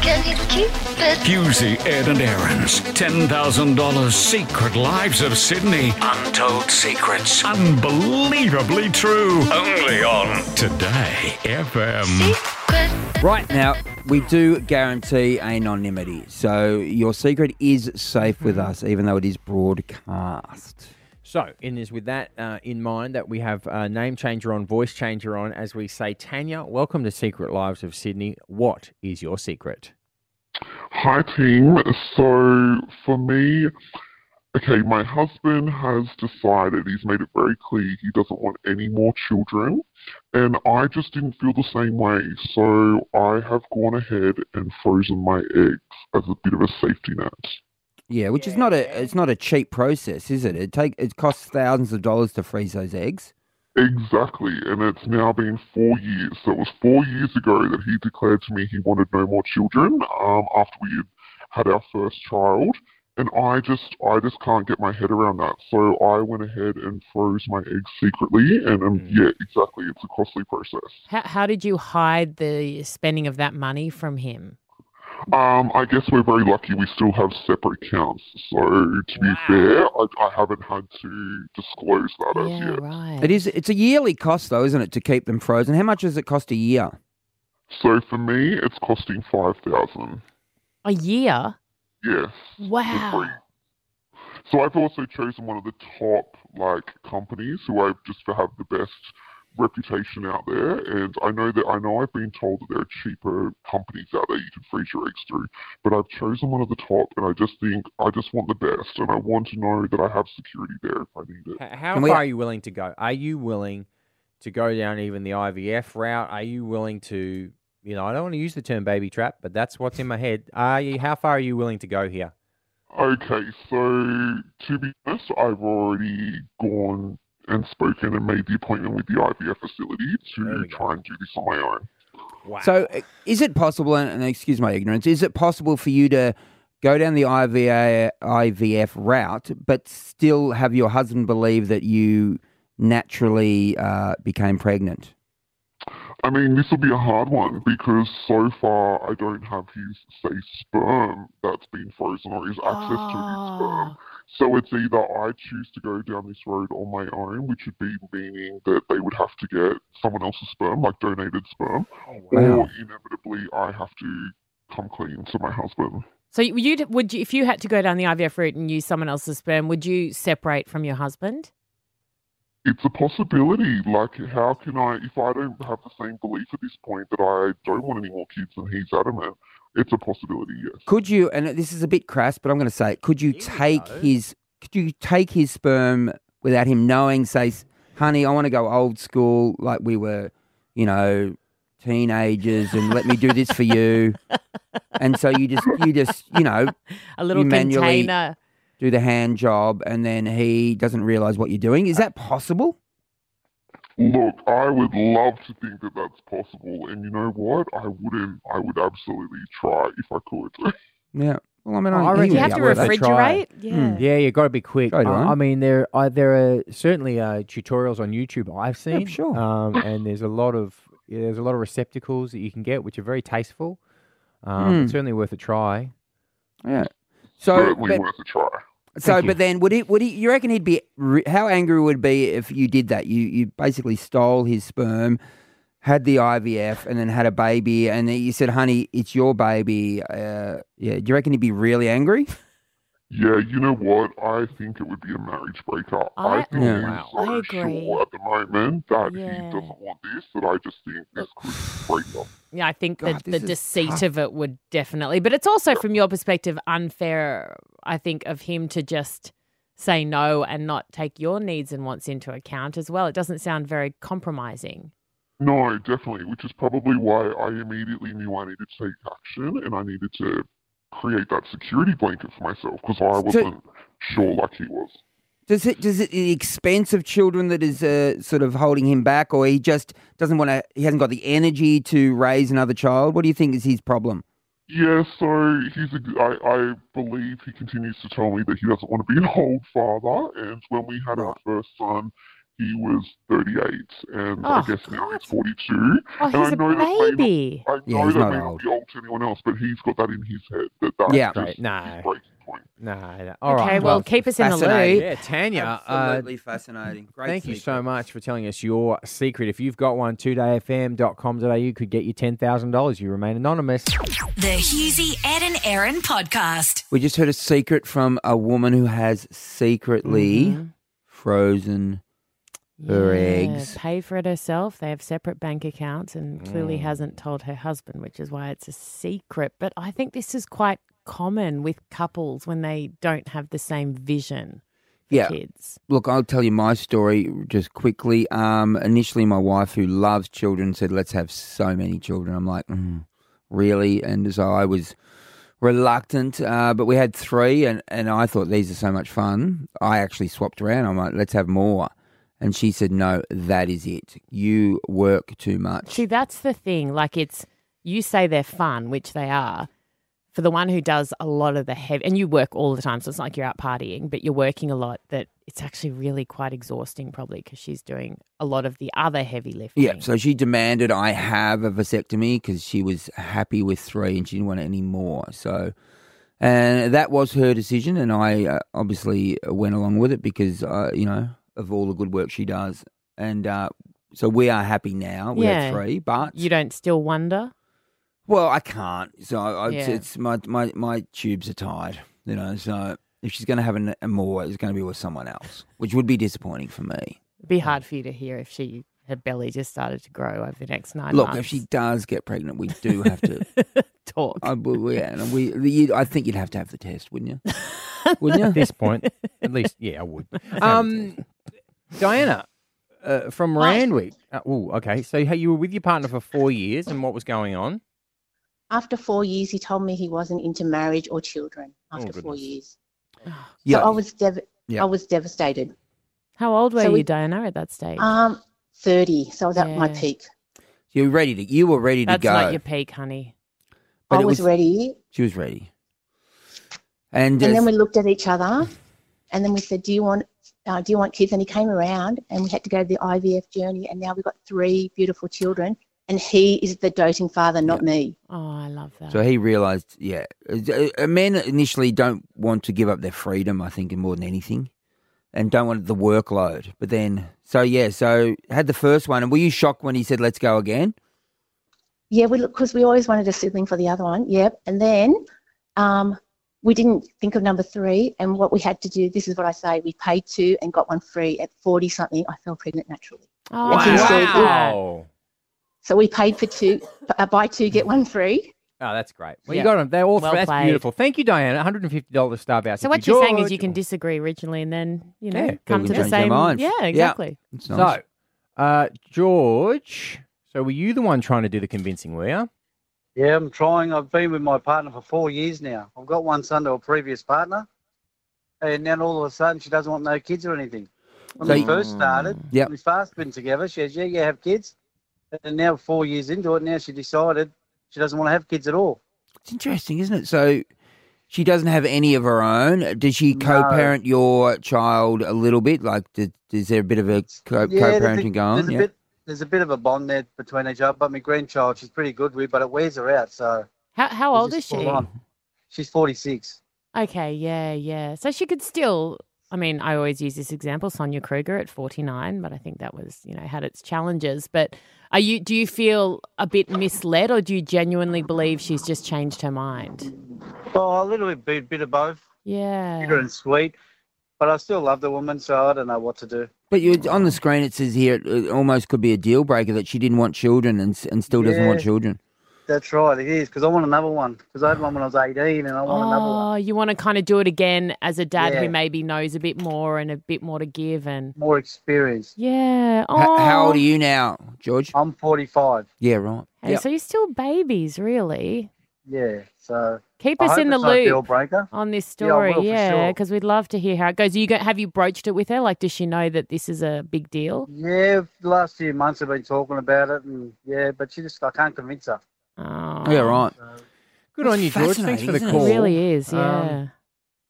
Speaker 14: Can you keep it?
Speaker 18: Husey, Ed and Aaron's $10,000 Secret Lives of Sydney. Untold secrets. Unbelievably true. Only on Today FM.
Speaker 4: Right now, we do guarantee anonymity, so your secret is safe with
Speaker 5: Mm-hmm.
Speaker 4: us, even though it is broadcast.
Speaker 6: So, in this, with that uh, in mind, that we have uh, name changer on, voice changer on, as we say, Tanya, welcome to Secret Lives of Sydney. What is your secret?
Speaker 19: Hi, team. So, for me, okay, my husband has decided, he's made it very clear he doesn't want any more children, and I just didn't feel the same way. So, I have gone ahead and frozen my eggs as a bit of a safety net.
Speaker 4: Yeah, which is not a it's not a cheap process, is it? It take it costs thousands of dollars to freeze those eggs.
Speaker 19: Exactly, and it's now been four years. So it was four years ago that he declared to me he wanted no more children um, after we had had our first child, and I just I just can't get my head around that. So I went ahead and froze my eggs secretly, and um, yeah, exactly, it's a costly process.
Speaker 5: How, how did you hide the spending of that money from him?
Speaker 19: Um, I guess we're very lucky we still have separate accounts. So to be fair, I, I haven't had to disclose that as yet.
Speaker 4: It is it's a yearly cost though, isn't it, to keep them frozen? How much does it cost a year?
Speaker 19: So for me, it's costing five thousand.
Speaker 5: A year?
Speaker 19: Yes.
Speaker 5: Wow.
Speaker 19: So I've also chosen one of the top like companies who I just have the best reputation out there, and I know that I know I've been told that there are cheaper companies out there you can freeze your eggs through, but I've chosen one of the top, and I just think I just want the best, and I want to know that I have security there if I need it.
Speaker 6: H- How far are you willing to go? Are you willing to go down even the IVF route? Are you willing to, you know, I don't want to use the term baby trap, but that's what's in my head. Are you, how far are you willing to go here?
Speaker 19: Okay, so to be honest, I've already gone and spoken and made the appointment with the IVF facility to try and do this on my own.
Speaker 4: So, uh, is it possible? And, and excuse my ignorance. Is it possible for you to go down the IVA, IVF route, but still have your husband believe that you naturally uh, became pregnant?
Speaker 19: I mean, this will be a hard one because so far I don't have his, say, sperm that's been frozen or his access to
Speaker 2: Ah.
Speaker 19: his
Speaker 5: Oh.
Speaker 19: sperm. So it's either I choose to go down this road on my own, which would be meaning that they would have to get someone else's sperm, like donated sperm,
Speaker 4: wow.
Speaker 19: or inevitably I have to come clean to my husband.
Speaker 5: So you you'd- would you, if you had to go down the IVF route and use someone else's sperm, would you separate from your husband?
Speaker 19: It's a possibility. Like, how can I, if I don't have the same belief at this point that I don't want any more kids and he's adamant, it's a possibility, yes.
Speaker 4: Could you? And this is a bit crass, but I'm going to say, it, could you take his? Could you take his sperm without him knowing? Say, "S- honey, I want to go old school, like we were, you know, teenagers, and let me do this for you. And so you just, you just, you know,
Speaker 5: A little
Speaker 4: you manually
Speaker 5: container.
Speaker 4: do the hand job, and then he doesn't realize what you're doing. Is that possible?
Speaker 19: Look, I would love to think that that's possible, and you know what? I wouldn't. I would absolutely try if I could.
Speaker 4: Yeah. Well, I mean,
Speaker 6: Oh,
Speaker 4: I,
Speaker 6: I reckon
Speaker 4: reckon
Speaker 6: you have to refrigerate?
Speaker 4: Hmm.
Speaker 5: Yeah.
Speaker 6: Hmm. Yeah, you got to be quick.
Speaker 4: Go to
Speaker 6: I,
Speaker 4: it.
Speaker 6: I mean, there are there are certainly uh, tutorials on YouTube I've seen. sure. Um, and there's a lot of yeah, there's a lot of receptacles that you can get, which are very tasteful. Um,
Speaker 4: Hmm.
Speaker 6: it's Certainly worth a try.
Speaker 4: Yeah. So,
Speaker 19: certainly
Speaker 4: but-
Speaker 19: worth a try.
Speaker 4: So, but then would he? Would he? You reckon he'd be? re- How angry would he be if you did that? You you basically stole his sperm, had the IVF, and then had a baby, and then you said, "Honey, it's your baby." Uh, yeah. Do you reckon he'd be really angry?
Speaker 19: Yeah, you know what? I think it would be a marriage breakup. I,
Speaker 4: I-
Speaker 19: think
Speaker 4: Yeah.
Speaker 19: he's
Speaker 4: Wow.
Speaker 19: so
Speaker 4: I agree.
Speaker 19: sure at the moment that he
Speaker 5: Yeah.
Speaker 19: doesn't want this that I just think this could break up.
Speaker 5: Yeah, I think
Speaker 19: God,
Speaker 5: that the
Speaker 19: this is
Speaker 5: deceit
Speaker 19: tough.
Speaker 5: of it would definitely, but it's also from your perspective unfair, I think, of him to just say no and not take your needs and wants into account as well. It doesn't sound very compromising.
Speaker 19: No, definitely, which is probably why I immediately knew I needed to take action and I needed to create that security blanket for myself because I wasn't sure like he was.
Speaker 4: Does it? Does it the expense of children that is uh, sort of holding him back, or he just doesn't want to? He hasn't got the energy to raise another child. What do you think is his problem?
Speaker 19: Yeah, so he's. ex- I, I believe he continues to tell me that he doesn't want to be an old father. And when we had our first son, he was 38, and I
Speaker 5: Oh,
Speaker 19: guess now he's 42.
Speaker 5: Oh,
Speaker 19: Mm-hmm. and
Speaker 5: he's
Speaker 19: I
Speaker 5: a
Speaker 19: know that may
Speaker 5: baby.
Speaker 19: not, I
Speaker 4: Yeah,
Speaker 19: know
Speaker 4: he's
Speaker 19: that
Speaker 4: not
Speaker 19: may not be old to anyone else, but he's got that in his head that that's
Speaker 4: Yeah.
Speaker 19: just
Speaker 6: Great. No. No, no. All right.
Speaker 5: Okay, well, keep us in the
Speaker 6: fascinating.
Speaker 5: loop.
Speaker 6: Yeah, Tanya. Uh,
Speaker 4: Absolutely fascinating. Great
Speaker 6: Thank you so much for telling us your secret. If you've got one, todayfm.com.au could get you $10,000. You remain anonymous.
Speaker 12: The Husey, Ed and Aaron podcast.
Speaker 4: We just heard a secret from a woman who has secretly frozen her eggs.
Speaker 5: Mm-hmm. Yeah, pay for it herself. They have separate bank accounts and clearly
Speaker 4: Mm.
Speaker 5: hasn't told her husband, which is why it's a secret. But I think this is quite common with couples when they don't have the same vision.
Speaker 4: Yeah.
Speaker 5: Kids.
Speaker 4: Look, I'll tell you my story just quickly. Um, initially, my wife, who loves children, said, "Let's have so many children." I'm like, mm, really? And so I was reluctant, uh, but we had three, and and I thought these are so much fun. I actually swapped around. I'm like, let's have more. And she said, "No, that is it. You work too much."
Speaker 5: See, that's the thing. Like, it's you say they're fun, which they are. For the one who does a lot of the heavy, and you work all the time, so it's not like you're out partying, but you're working a lot. That it's actually really quite exhausting, probably, because she's doing a lot of the other heavy lifting.
Speaker 4: Yeah, so she demanded I have a vasectomy because she was happy with three and she didn't want any more. So, and that was her decision, and I uh, obviously went along with it because, uh, you know, of all the good work she does. And uh, so we are happy now. We have three, but
Speaker 5: you don't still wonder.
Speaker 4: well, I can't. So I, I-
Speaker 5: Yeah.
Speaker 4: it's my, my my tubes are tied, you know. So if she's going to have an, a more, it's going to be with someone else, which would be disappointing for me.
Speaker 5: It'd be hard for you to hear if she her belly just started to grow over the next nine
Speaker 4: Look,
Speaker 5: months.
Speaker 4: if she does get pregnant, we do have to
Speaker 5: talk.
Speaker 4: I, we, yeah, and we, you, I think you'd have to have the test, wouldn't you? Wouldn't you?
Speaker 6: At this point, at least, yeah, I would. Um, Diana uh, from Randwick. Uh, oh, okay. So hey, you were with your partner for four years, and what was going on?
Speaker 20: After four years, he told me he wasn't into marriage or children.
Speaker 6: Oh,
Speaker 20: After four
Speaker 6: goodness.
Speaker 20: years,
Speaker 5: Yeah.
Speaker 20: so I was dev-
Speaker 5: Yeah.
Speaker 20: I was devastated.
Speaker 5: How old were
Speaker 20: So
Speaker 5: you,
Speaker 20: we-
Speaker 5: Diana, at that stage?
Speaker 20: Um, thirty. So I was at my
Speaker 5: Yeah.
Speaker 20: peak.
Speaker 4: You're ready to. You were ready
Speaker 5: That's
Speaker 4: to go.
Speaker 5: not your peak, honey.
Speaker 4: but
Speaker 20: I
Speaker 4: it
Speaker 20: was, ready,
Speaker 4: She was ready. And,
Speaker 20: and then
Speaker 4: uh,
Speaker 20: we looked at each other, and then we said, "Do you want uh, do you want kids?" And he came around, and we had to go to the IVF journey, and now we've got three beautiful children, and he is the doting father, not me.
Speaker 5: Oh, I love that.
Speaker 4: so he realised. Yeah, Uh, uh, men initially don't want to give up their freedom. I think, more than anything, and don't want the workload. But then, so yeah, so had the first one, and were you shocked when he said, "Let's go again"?
Speaker 20: Yeah, we because we always wanted a sibling for the other one. Yep. And then um, we didn't think of number three. And what we had to do, this is what I say, we paid two and got one free at 40 something. I fell pregnant naturally.
Speaker 5: Oh,
Speaker 20: Wow.
Speaker 5: I love
Speaker 20: Wow.
Speaker 5: that.
Speaker 20: So we paid for two, uh, buy two, get one free.
Speaker 6: Oh, that's great. Well, you
Speaker 20: Yeah.
Speaker 6: got them. They're all
Speaker 20: Well
Speaker 6: that's
Speaker 20: played.
Speaker 6: beautiful. Thank you, Diana. One hundred and fifty dollars star voucher.
Speaker 5: So
Speaker 6: for
Speaker 5: what you're saying is
Speaker 6: George.
Speaker 5: you can disagree originally and then, you know,
Speaker 6: Yeah.
Speaker 5: come to
Speaker 6: People
Speaker 5: the
Speaker 6: change their
Speaker 5: same.
Speaker 6: minds.
Speaker 5: Yeah, exactly.
Speaker 6: So, uh, George, so were you the one trying to do the convincing? Were you?
Speaker 21: Yeah, I'm trying. I've been with my partner for four years now. I've got one son to a previous partner, and then all of a sudden she doesn't want no kids or anything. When
Speaker 4: So
Speaker 21: we
Speaker 4: you-
Speaker 21: first started,
Speaker 4: Mm. Yep.
Speaker 21: when we first been together, she says, "Yeah, yeah, have kids," and now four years into it, now she decided she doesn't want to have kids at all.
Speaker 4: It's interesting, isn't it? So she doesn't have any of her own. Does she co-parent your child a little bit? Like, does, is there a bit of a co-
Speaker 21: Yeah, there's a-
Speaker 4: co-parenting going?
Speaker 21: There's, a bit, there's a bit of a bond there between each other. But my grandchild, she's pretty good with, but it wears her out. So
Speaker 5: How, how
Speaker 21: it's
Speaker 5: old
Speaker 21: just
Speaker 5: is she?
Speaker 21: full on. She's 46.
Speaker 5: Okay, yeah, yeah. So she could still. I mean, I always use this example, Sonia Kruger at 49, but I think that was, you know, had its challenges. But are you do you feel a bit misled or do you genuinely believe she's just changed her mind?
Speaker 21: Well, a little bit, bit, bit of both, bitter
Speaker 5: Yeah.
Speaker 21: and sweet. But I still love the woman, so I don't know what to do.
Speaker 4: But you on the screen it says here it, it almost could be a deal breaker that she didn't want children and s- and still doesn't want
Speaker 21: Yeah.
Speaker 4: children.
Speaker 21: That's right, it is, because I want another one. Because I had one when I was 18, and I want another one.
Speaker 5: Oh, you want to kind of do it again as a dad
Speaker 21: Yeah.
Speaker 5: who maybe knows a bit more and a bit more to give and
Speaker 21: More experience.
Speaker 5: Yeah. Oh.
Speaker 4: H- how old are you now, George?
Speaker 21: I'm 45.
Speaker 4: Yeah, right.
Speaker 5: Hey,
Speaker 4: Yeah.
Speaker 5: Oh, So you're still babies, really.
Speaker 21: Yeah, so.
Speaker 5: Keep
Speaker 21: I
Speaker 5: us
Speaker 21: hope
Speaker 5: in the
Speaker 21: it's not a
Speaker 5: loop
Speaker 21: deal breaker.
Speaker 5: on this
Speaker 21: Yeah, I will,
Speaker 5: story.
Speaker 21: for
Speaker 5: Yeah,
Speaker 21: sure.
Speaker 5: because we'd love to hear how it goes. Are you go- have you broached it with her? Like, does she know that this is a big deal?
Speaker 21: Yeah, the last few months I've been talking about it, and yeah, but she just, I can't convince her.
Speaker 5: Oh.
Speaker 4: Yeah, right.
Speaker 6: Good on you, George. Thanks for the
Speaker 5: It
Speaker 6: call.
Speaker 5: really is.
Speaker 6: Um,
Speaker 5: Yeah.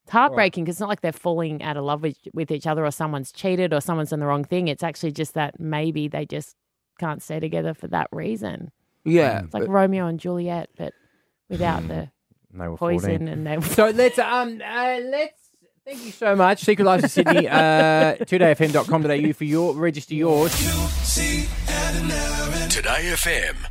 Speaker 5: it's heartbreaking because it's not like they're falling out of love with, with each other or someone's cheated or someone's done the wrong thing. It's actually just that maybe they just can't stay together for that reason.
Speaker 4: Yeah,
Speaker 5: It's like
Speaker 4: but-
Speaker 5: Romeo and Juliet, but without the
Speaker 6: They were 14.
Speaker 5: poison and they
Speaker 6: So let's um uh, let's thank you so much. Secret Lives of Sydney, uh, todayfm.com.au for your register yours.
Speaker 7: Today FM.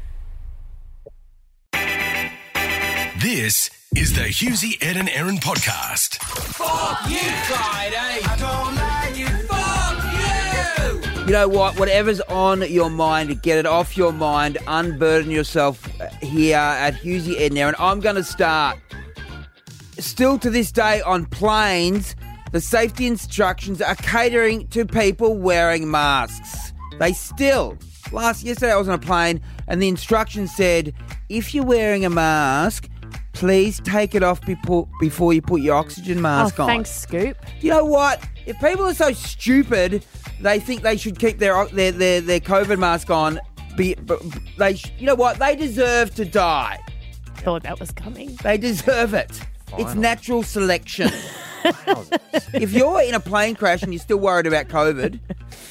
Speaker 7: This is the Husey, Ed and Aaron podcast.
Speaker 2: Fuck you, Friday. I don't like you. Fuck you.
Speaker 4: You know what? Whatever's on your mind, get it off your mind. Unburden yourself uh, here at Husey Ed now. And I'm going to start. Still to this day on planes, the safety instructions are catering to people wearing masks. They still. Last yesterday I was on a plane and the instructions said, if you're wearing a mask, please take it off before before you put your oxygen
Speaker 5: Oh,
Speaker 4: mask on.
Speaker 5: thanks, Scoop.
Speaker 4: You know what? If people are so stupid, they think they should keep their their their, their COVID mask on. Be, but they, sh- you know what? They deserve to die.
Speaker 5: Thought that was coming.
Speaker 4: They deserve it. It's
Speaker 5: Finally.
Speaker 4: natural selection. if you're in a plane crash and you're still worried about COVID,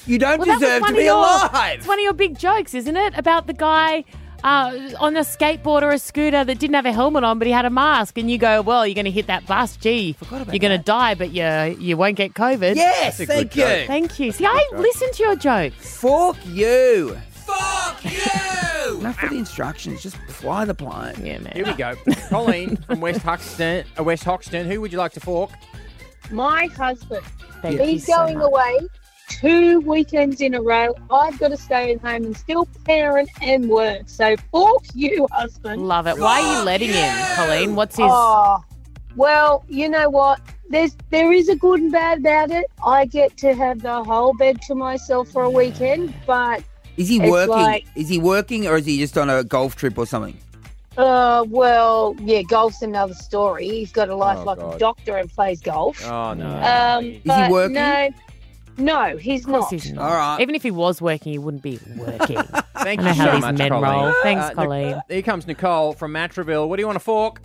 Speaker 4: you don't
Speaker 5: Well, that was
Speaker 4: deserve
Speaker 5: one
Speaker 4: to
Speaker 5: of
Speaker 4: be
Speaker 5: your-
Speaker 4: alive.
Speaker 5: It's one of your big jokes, isn't it? About the guy uh, on a skateboard or a scooter that didn't have a helmet on, but he had a mask, and you go, "Well, you're going to hit that bus. Gee, you're going to die, but you you won't get COVID."
Speaker 4: Yes, That's a good thank you. joke.
Speaker 5: thank you. See, I listen to your jokes.
Speaker 4: Fuck you. Fuck you. Enough of the instructions. Just fly the plane.
Speaker 5: Yeah, man.
Speaker 6: Here we go. Colleen from West Hoxton, uh, West Hoxton. Who would you like to fork?
Speaker 3: My husband,
Speaker 6: Thank you
Speaker 3: he's
Speaker 6: so
Speaker 3: going
Speaker 6: much.
Speaker 3: away two weekends in a row. I've got to stay at home and still parent and work. So fork you, husband.
Speaker 5: Love it. Why are you letting him, Colleen? What's his?
Speaker 3: Oh, well, you know what? There's there is a good and bad about it. I get to have the whole bed to myself for a weekend, but
Speaker 4: Is he
Speaker 3: it's
Speaker 4: working?
Speaker 3: like-
Speaker 4: is he working or is he just on a golf trip or something?
Speaker 3: uh, well, yeah, golf's another story. He's got a life
Speaker 4: Oh,
Speaker 3: like a
Speaker 4: God.
Speaker 3: doctor and plays golf.
Speaker 6: Oh no.
Speaker 3: Um,
Speaker 5: he
Speaker 3: but
Speaker 5: working?
Speaker 3: No, no, he's
Speaker 5: Of course
Speaker 3: not.
Speaker 5: he's not.
Speaker 6: All right.
Speaker 5: Even if he was working, he wouldn't be working.
Speaker 6: Thank
Speaker 5: I
Speaker 6: you
Speaker 5: know how
Speaker 6: so
Speaker 5: these
Speaker 6: much,
Speaker 5: men
Speaker 6: Colleen.
Speaker 5: roll. Thanks,
Speaker 6: Uh, Nic-
Speaker 5: Colleen.
Speaker 6: here comes Nicole from Matraville. What do you want to fork?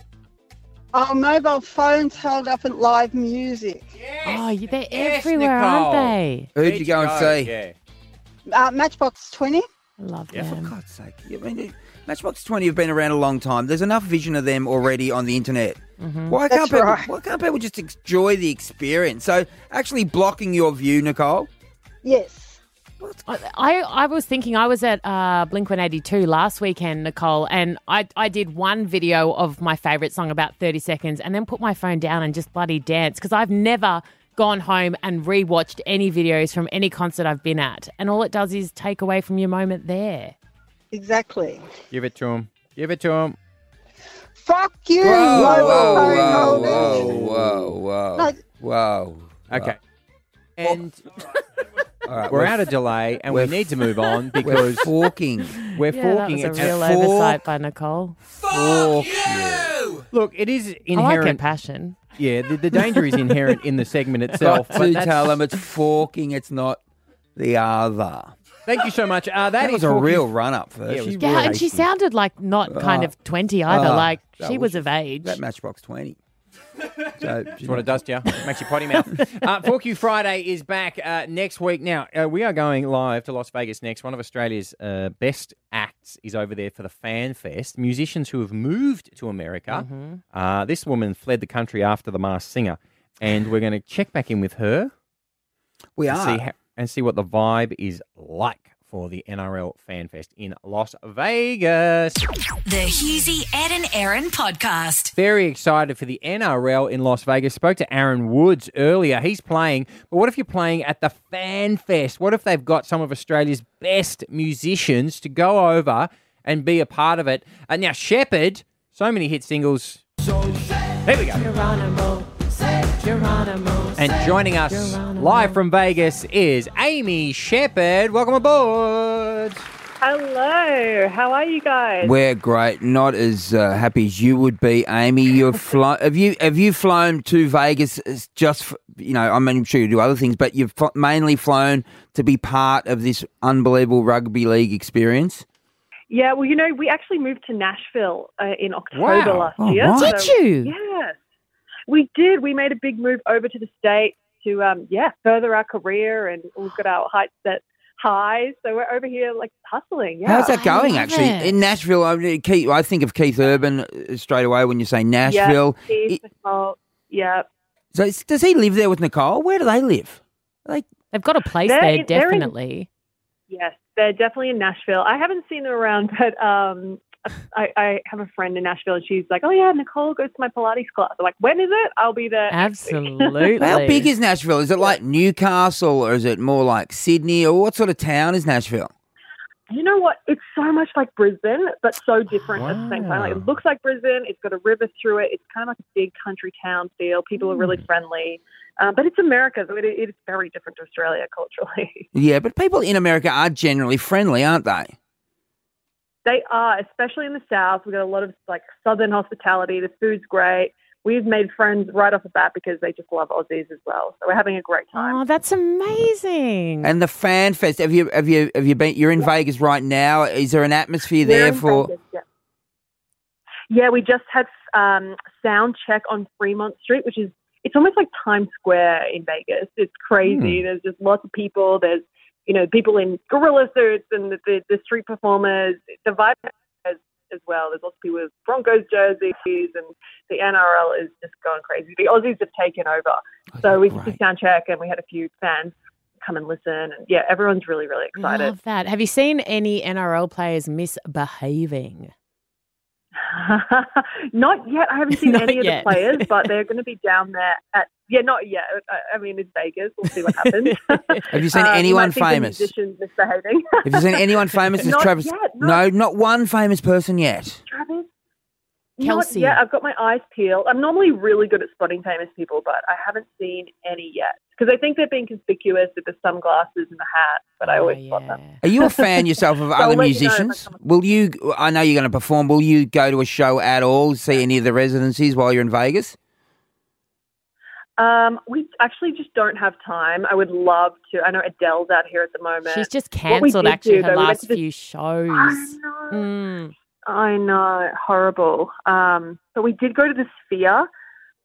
Speaker 22: Our mobile phones held up at live music.
Speaker 5: Oh, you- they're
Speaker 22: Yes,
Speaker 5: everywhere, aren't
Speaker 4: Nicole.
Speaker 5: they?
Speaker 4: Who'd you go and see?
Speaker 6: Yeah.
Speaker 22: Uh, Matchbox 20.
Speaker 5: Love
Speaker 4: Yeah, for God's sake. I mean, Matchbox 20 have been around a long time. There's enough vision of them already on the internet.
Speaker 2: Mm.
Speaker 5: Mm-hmm.
Speaker 4: Why can't
Speaker 22: That's
Speaker 4: people,
Speaker 22: right.
Speaker 4: why can't people just enjoy the experience? So actually blocking your view, Nicole.
Speaker 22: Yes.
Speaker 5: I, I was thinking I was at uh, Blink One Eighty Two last weekend, Nicole, and I I did one video of my favorite song about thirty seconds, and then put my phone down and just bloody dance because I've never gone home and rewatched any videos from any concert I've been at, and all it does is take away from your moment there.
Speaker 22: Exactly.
Speaker 6: Give it to him. Give it to him.
Speaker 22: Fuck you,
Speaker 6: Whoa,
Speaker 22: mobile
Speaker 6: whoa,
Speaker 22: phone
Speaker 6: whoa,
Speaker 22: holders.
Speaker 4: whoa,
Speaker 22: No.
Speaker 4: Whoa.
Speaker 6: Okay. And
Speaker 4: All right,
Speaker 6: we're out of delay and we need to move on
Speaker 4: We're
Speaker 6: because
Speaker 4: forking.
Speaker 6: we're
Speaker 5: Yeah, that
Speaker 6: forking
Speaker 5: was a
Speaker 6: It's
Speaker 5: real
Speaker 6: fork-
Speaker 5: oversight by Nicole.
Speaker 6: fork you. Look, it is
Speaker 5: I like her
Speaker 6: inherent.
Speaker 5: passion.
Speaker 6: yeah, the, the danger is inherent in the segment itself.
Speaker 4: Got
Speaker 6: but
Speaker 4: to
Speaker 6: that's-
Speaker 4: tell them it's forking, it's not the other.
Speaker 6: Thank you so much. Uh,
Speaker 4: That
Speaker 6: is
Speaker 4: was a
Speaker 6: forking-
Speaker 4: real run up for
Speaker 6: Yeah,
Speaker 4: her.
Speaker 6: it was
Speaker 4: She's
Speaker 5: Yeah,
Speaker 4: really
Speaker 5: and she
Speaker 4: patient.
Speaker 5: sounded like not kind
Speaker 4: Ah.
Speaker 5: of twenty either.
Speaker 6: Uh,
Speaker 4: Ah,
Speaker 5: like
Speaker 4: that
Speaker 5: she was, of age.
Speaker 4: That Matchbox 20. So,
Speaker 6: That's what it does to you. It makes you potty mouth. Uh, Fork You Friday is back uh, next week. Now, uh, we are going live to Las Vegas next, one of Australia's uh, best acts. Sachs is over there for the Fan Fest. Musicians who have moved to America.
Speaker 4: Mm-hmm.
Speaker 5: Mhm.
Speaker 6: Uh, this woman fled the country after The Masked Singer, and we're going to check back in with her.
Speaker 4: We
Speaker 6: and
Speaker 4: are.
Speaker 6: see ho- and see what the vibe is like for the NRL Fan Fest in Las Vegas.
Speaker 12: The Husey, Ed and Aaron podcast.
Speaker 6: Very excited for the NRL in Las Vegas. Spoke to Aaron Woods earlier. He's playing, but what if you're playing at the Fan Fest? What if they've got some of Australia's best musicians to go over and be a part of it? And now Shepherd, so many hit singles. There we go.
Speaker 5: Geronimo, Geronimo.
Speaker 6: And joining us live from Vegas is Amy Shepherd. Welcome aboard.
Speaker 9: Hello, how are you guys?
Speaker 4: We're great. Not as uh, happy as you would be, Amy. You've flown. Have you? Have you flown to Vegas as just? For, you know, I mean, I'm sure you do other things, but you've fl- mainly flown to be part of this unbelievable rugby league experience.
Speaker 9: Yeah, well, you know, we actually moved to Nashville uh, in October
Speaker 4: Wow.
Speaker 9: last
Speaker 4: Oh,
Speaker 9: year.
Speaker 4: wow. Did you?
Speaker 9: Yes, we did. We made a big move over to the states to, um, yeah, further our career, and we've got our heights set high. So we're over here like hustling. Yeah.
Speaker 4: How's that going? Actually, in Nashville, I, mean, Keith, I think of Keith Urban uh, straight away when you say Nashville.
Speaker 9: Yeah, Keith, Nicole, yeah.
Speaker 4: So it's- does he live there with Nicole? Where do they live? Like
Speaker 5: they've got a place
Speaker 9: They're
Speaker 5: there,
Speaker 9: in- they're in-
Speaker 5: definitely.
Speaker 9: Yes, they're definitely in Nashville. I haven't seen them around, but um, I, I have a friend in Nashville, and she's like, "Oh yeah, Nicole goes to my Pilates class." I'm like, "When is it? I'll be there." next week."
Speaker 4: How big is Nashville? Is it like Newcastle or is it more like Sydney or what sort of town is Nashville?
Speaker 9: you know what? It's so much like Brisbane, but so different at the same time. Like,
Speaker 4: Wow.
Speaker 9: it looks like Brisbane. It's got a river through it. It's kind of like a big country town feel. People are really friendly, um, but it's America, so it, it is very different to Australia culturally.
Speaker 4: Yeah, but people in America are generally friendly, aren't they?
Speaker 9: they are, especially in the south. We've got a lot of like southern hospitality. The food's great. We've made friends right off the bat because they just love Aussies as well. So we're having a great time.
Speaker 5: Oh, that's amazing.
Speaker 4: And the fan fest. Have you have you have you been? You're in Vegas right now. Is there an atmosphere there
Speaker 9: We're in
Speaker 4: for?
Speaker 9: Vegas, yeah. Yeah, we just had um, sound check on Fremont Street, which is it's almost like Times Square in Vegas. It's crazy.
Speaker 10: Hmm.
Speaker 9: There's just lots of people. There's you know people in gorilla suits and the, the, the street performers. The vibe as, as well. There's lots of people with Broncos jerseys and the NRL is just going crazy. The Aussies have taken over. so we did sound check and we had a few fans come and listen. And yeah, everyone's really really excited.
Speaker 5: Love that. Have you seen any NRL players misbehaving?
Speaker 9: Not yet. I haven't seen
Speaker 5: Not
Speaker 9: any of
Speaker 5: yet.
Speaker 9: the players, but they're going to be down there at. Yeah, not yet. I, I mean, it's Vegas. We'll see what happens.
Speaker 4: Have you seen
Speaker 9: Um,
Speaker 4: anyone
Speaker 9: might see some
Speaker 4: famous?
Speaker 9: musicians misbehaving.
Speaker 4: Have you seen anyone famous? as
Speaker 9: Not
Speaker 4: Travis?
Speaker 9: yet,
Speaker 4: no, not one famous person yet.
Speaker 9: Travis.
Speaker 5: Kelsey.
Speaker 9: Yeah, I've got my eyes peeled. I'm normally really good at spotting famous people, but I haven't seen any yet because I think they're being conspicuous with the sunglasses and the hat. But I always spot them.
Speaker 4: Oh, Are you a fan yourself of
Speaker 9: I'll
Speaker 4: other
Speaker 9: let you know if I
Speaker 4: musicians? will you? I know you're going to perform. Will you go to a show at all? See any of the residencies while you're in Vegas?
Speaker 9: Um, we actually just don't have time. I would love to. I know Adele's out here at the moment.
Speaker 5: She's just
Speaker 9: What we
Speaker 5: cancelled
Speaker 9: did
Speaker 5: actually her
Speaker 9: do, though, we went
Speaker 5: last
Speaker 9: to this-
Speaker 5: few shows. Mm.
Speaker 9: I know, horrible. Um, but we did go to the Sphere,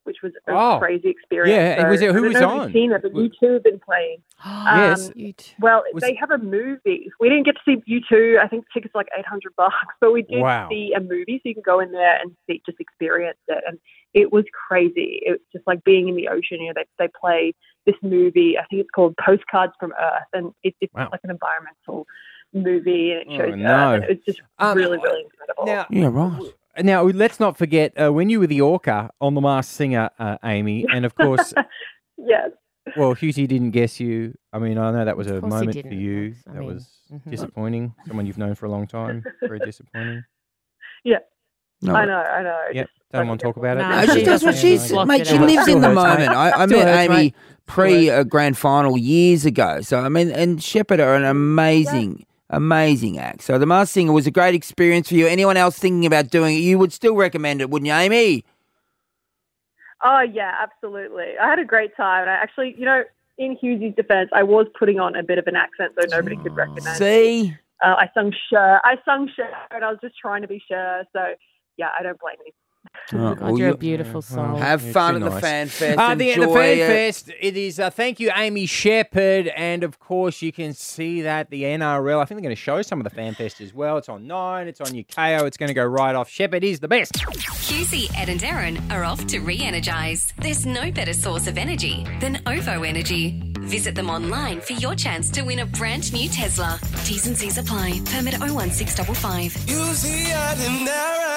Speaker 9: which was a
Speaker 6: Oh.
Speaker 9: crazy experience.
Speaker 6: Yeah, it was-
Speaker 9: So
Speaker 6: who
Speaker 9: I don't
Speaker 6: was
Speaker 9: know if you've
Speaker 6: on?
Speaker 9: Seen it, but you two have been playing.
Speaker 6: Yes.
Speaker 9: Um, Well,
Speaker 6: Was-
Speaker 9: they have a movie. We didn't get to see you two. I think tickets are like eight hundred bucks, but we did
Speaker 6: Wow.
Speaker 9: see a movie, so you can go in there and see, just experience it. And it was crazy. It was just like being in the ocean. You know, they they play this movie. I think it's called Postcards from Earth, and it, it's
Speaker 6: Wow.
Speaker 9: like an environmental movie, and it
Speaker 6: Oh,
Speaker 9: shows
Speaker 6: no.
Speaker 9: Earth. And it was just really, really incredible.
Speaker 4: Yeah, right.
Speaker 6: Now, let's not forget uh, when you were the orca on The Masked Singer, uh, Amy, and of course,
Speaker 9: yes.
Speaker 6: well, Husey didn't guess you. I mean, I know that was a
Speaker 9: course he
Speaker 6: moment for
Speaker 9: didn't, of
Speaker 6: you.
Speaker 9: course. I
Speaker 6: that
Speaker 9: mean,
Speaker 6: was
Speaker 9: mhm.
Speaker 6: disappointing. Someone you've known for a long time. Very disappointing.
Speaker 9: Yeah.
Speaker 6: No.
Speaker 9: I know, I know.
Speaker 6: Yep. Don't want to talk about it.
Speaker 4: No, she does what she's mate. She lives in the moment. I, I
Speaker 6: Still
Speaker 4: met
Speaker 6: hurts,
Speaker 4: Amy
Speaker 6: mate.
Speaker 4: pre a grand final years ago. So I mean, and Shepherd are an amazing, amazing act. So the Masked Singer was a great experience for you. Anyone else thinking about doing it, you would still recommend it, wouldn't you, Amy?
Speaker 9: Oh yeah, absolutely. I had a great time. And I actually, you know, in Hughesy's defense, I was putting on a bit of an accent so nobody could recognize.
Speaker 4: See,
Speaker 9: Uh, I sung Cher. I sung Cher, and I was just trying to be Cher. So yeah, I don't blame you.
Speaker 5: God, you're a beautiful soul.
Speaker 4: Have fun at the fan fest.
Speaker 6: Uh, the, the
Speaker 4: enjoy
Speaker 6: Fan
Speaker 4: it.
Speaker 6: Fest, it is. Uh, thank you, Amy Shepherd. And of course, you can see that the NRL, I think they're going to show some of the Fan Fest as well. It's on 9, it's on your KO, it's going to go right off. Shepherd is the best.
Speaker 1: QC, Ed, and Aaron are off to re energize. There's no better source of energy than OVO Energy. Visit them online for your chance to win a brand oh new Tesla. T's and C's apply. Permit 01655.
Speaker 2: You see, Ed and Aaron.
Speaker 4: uh,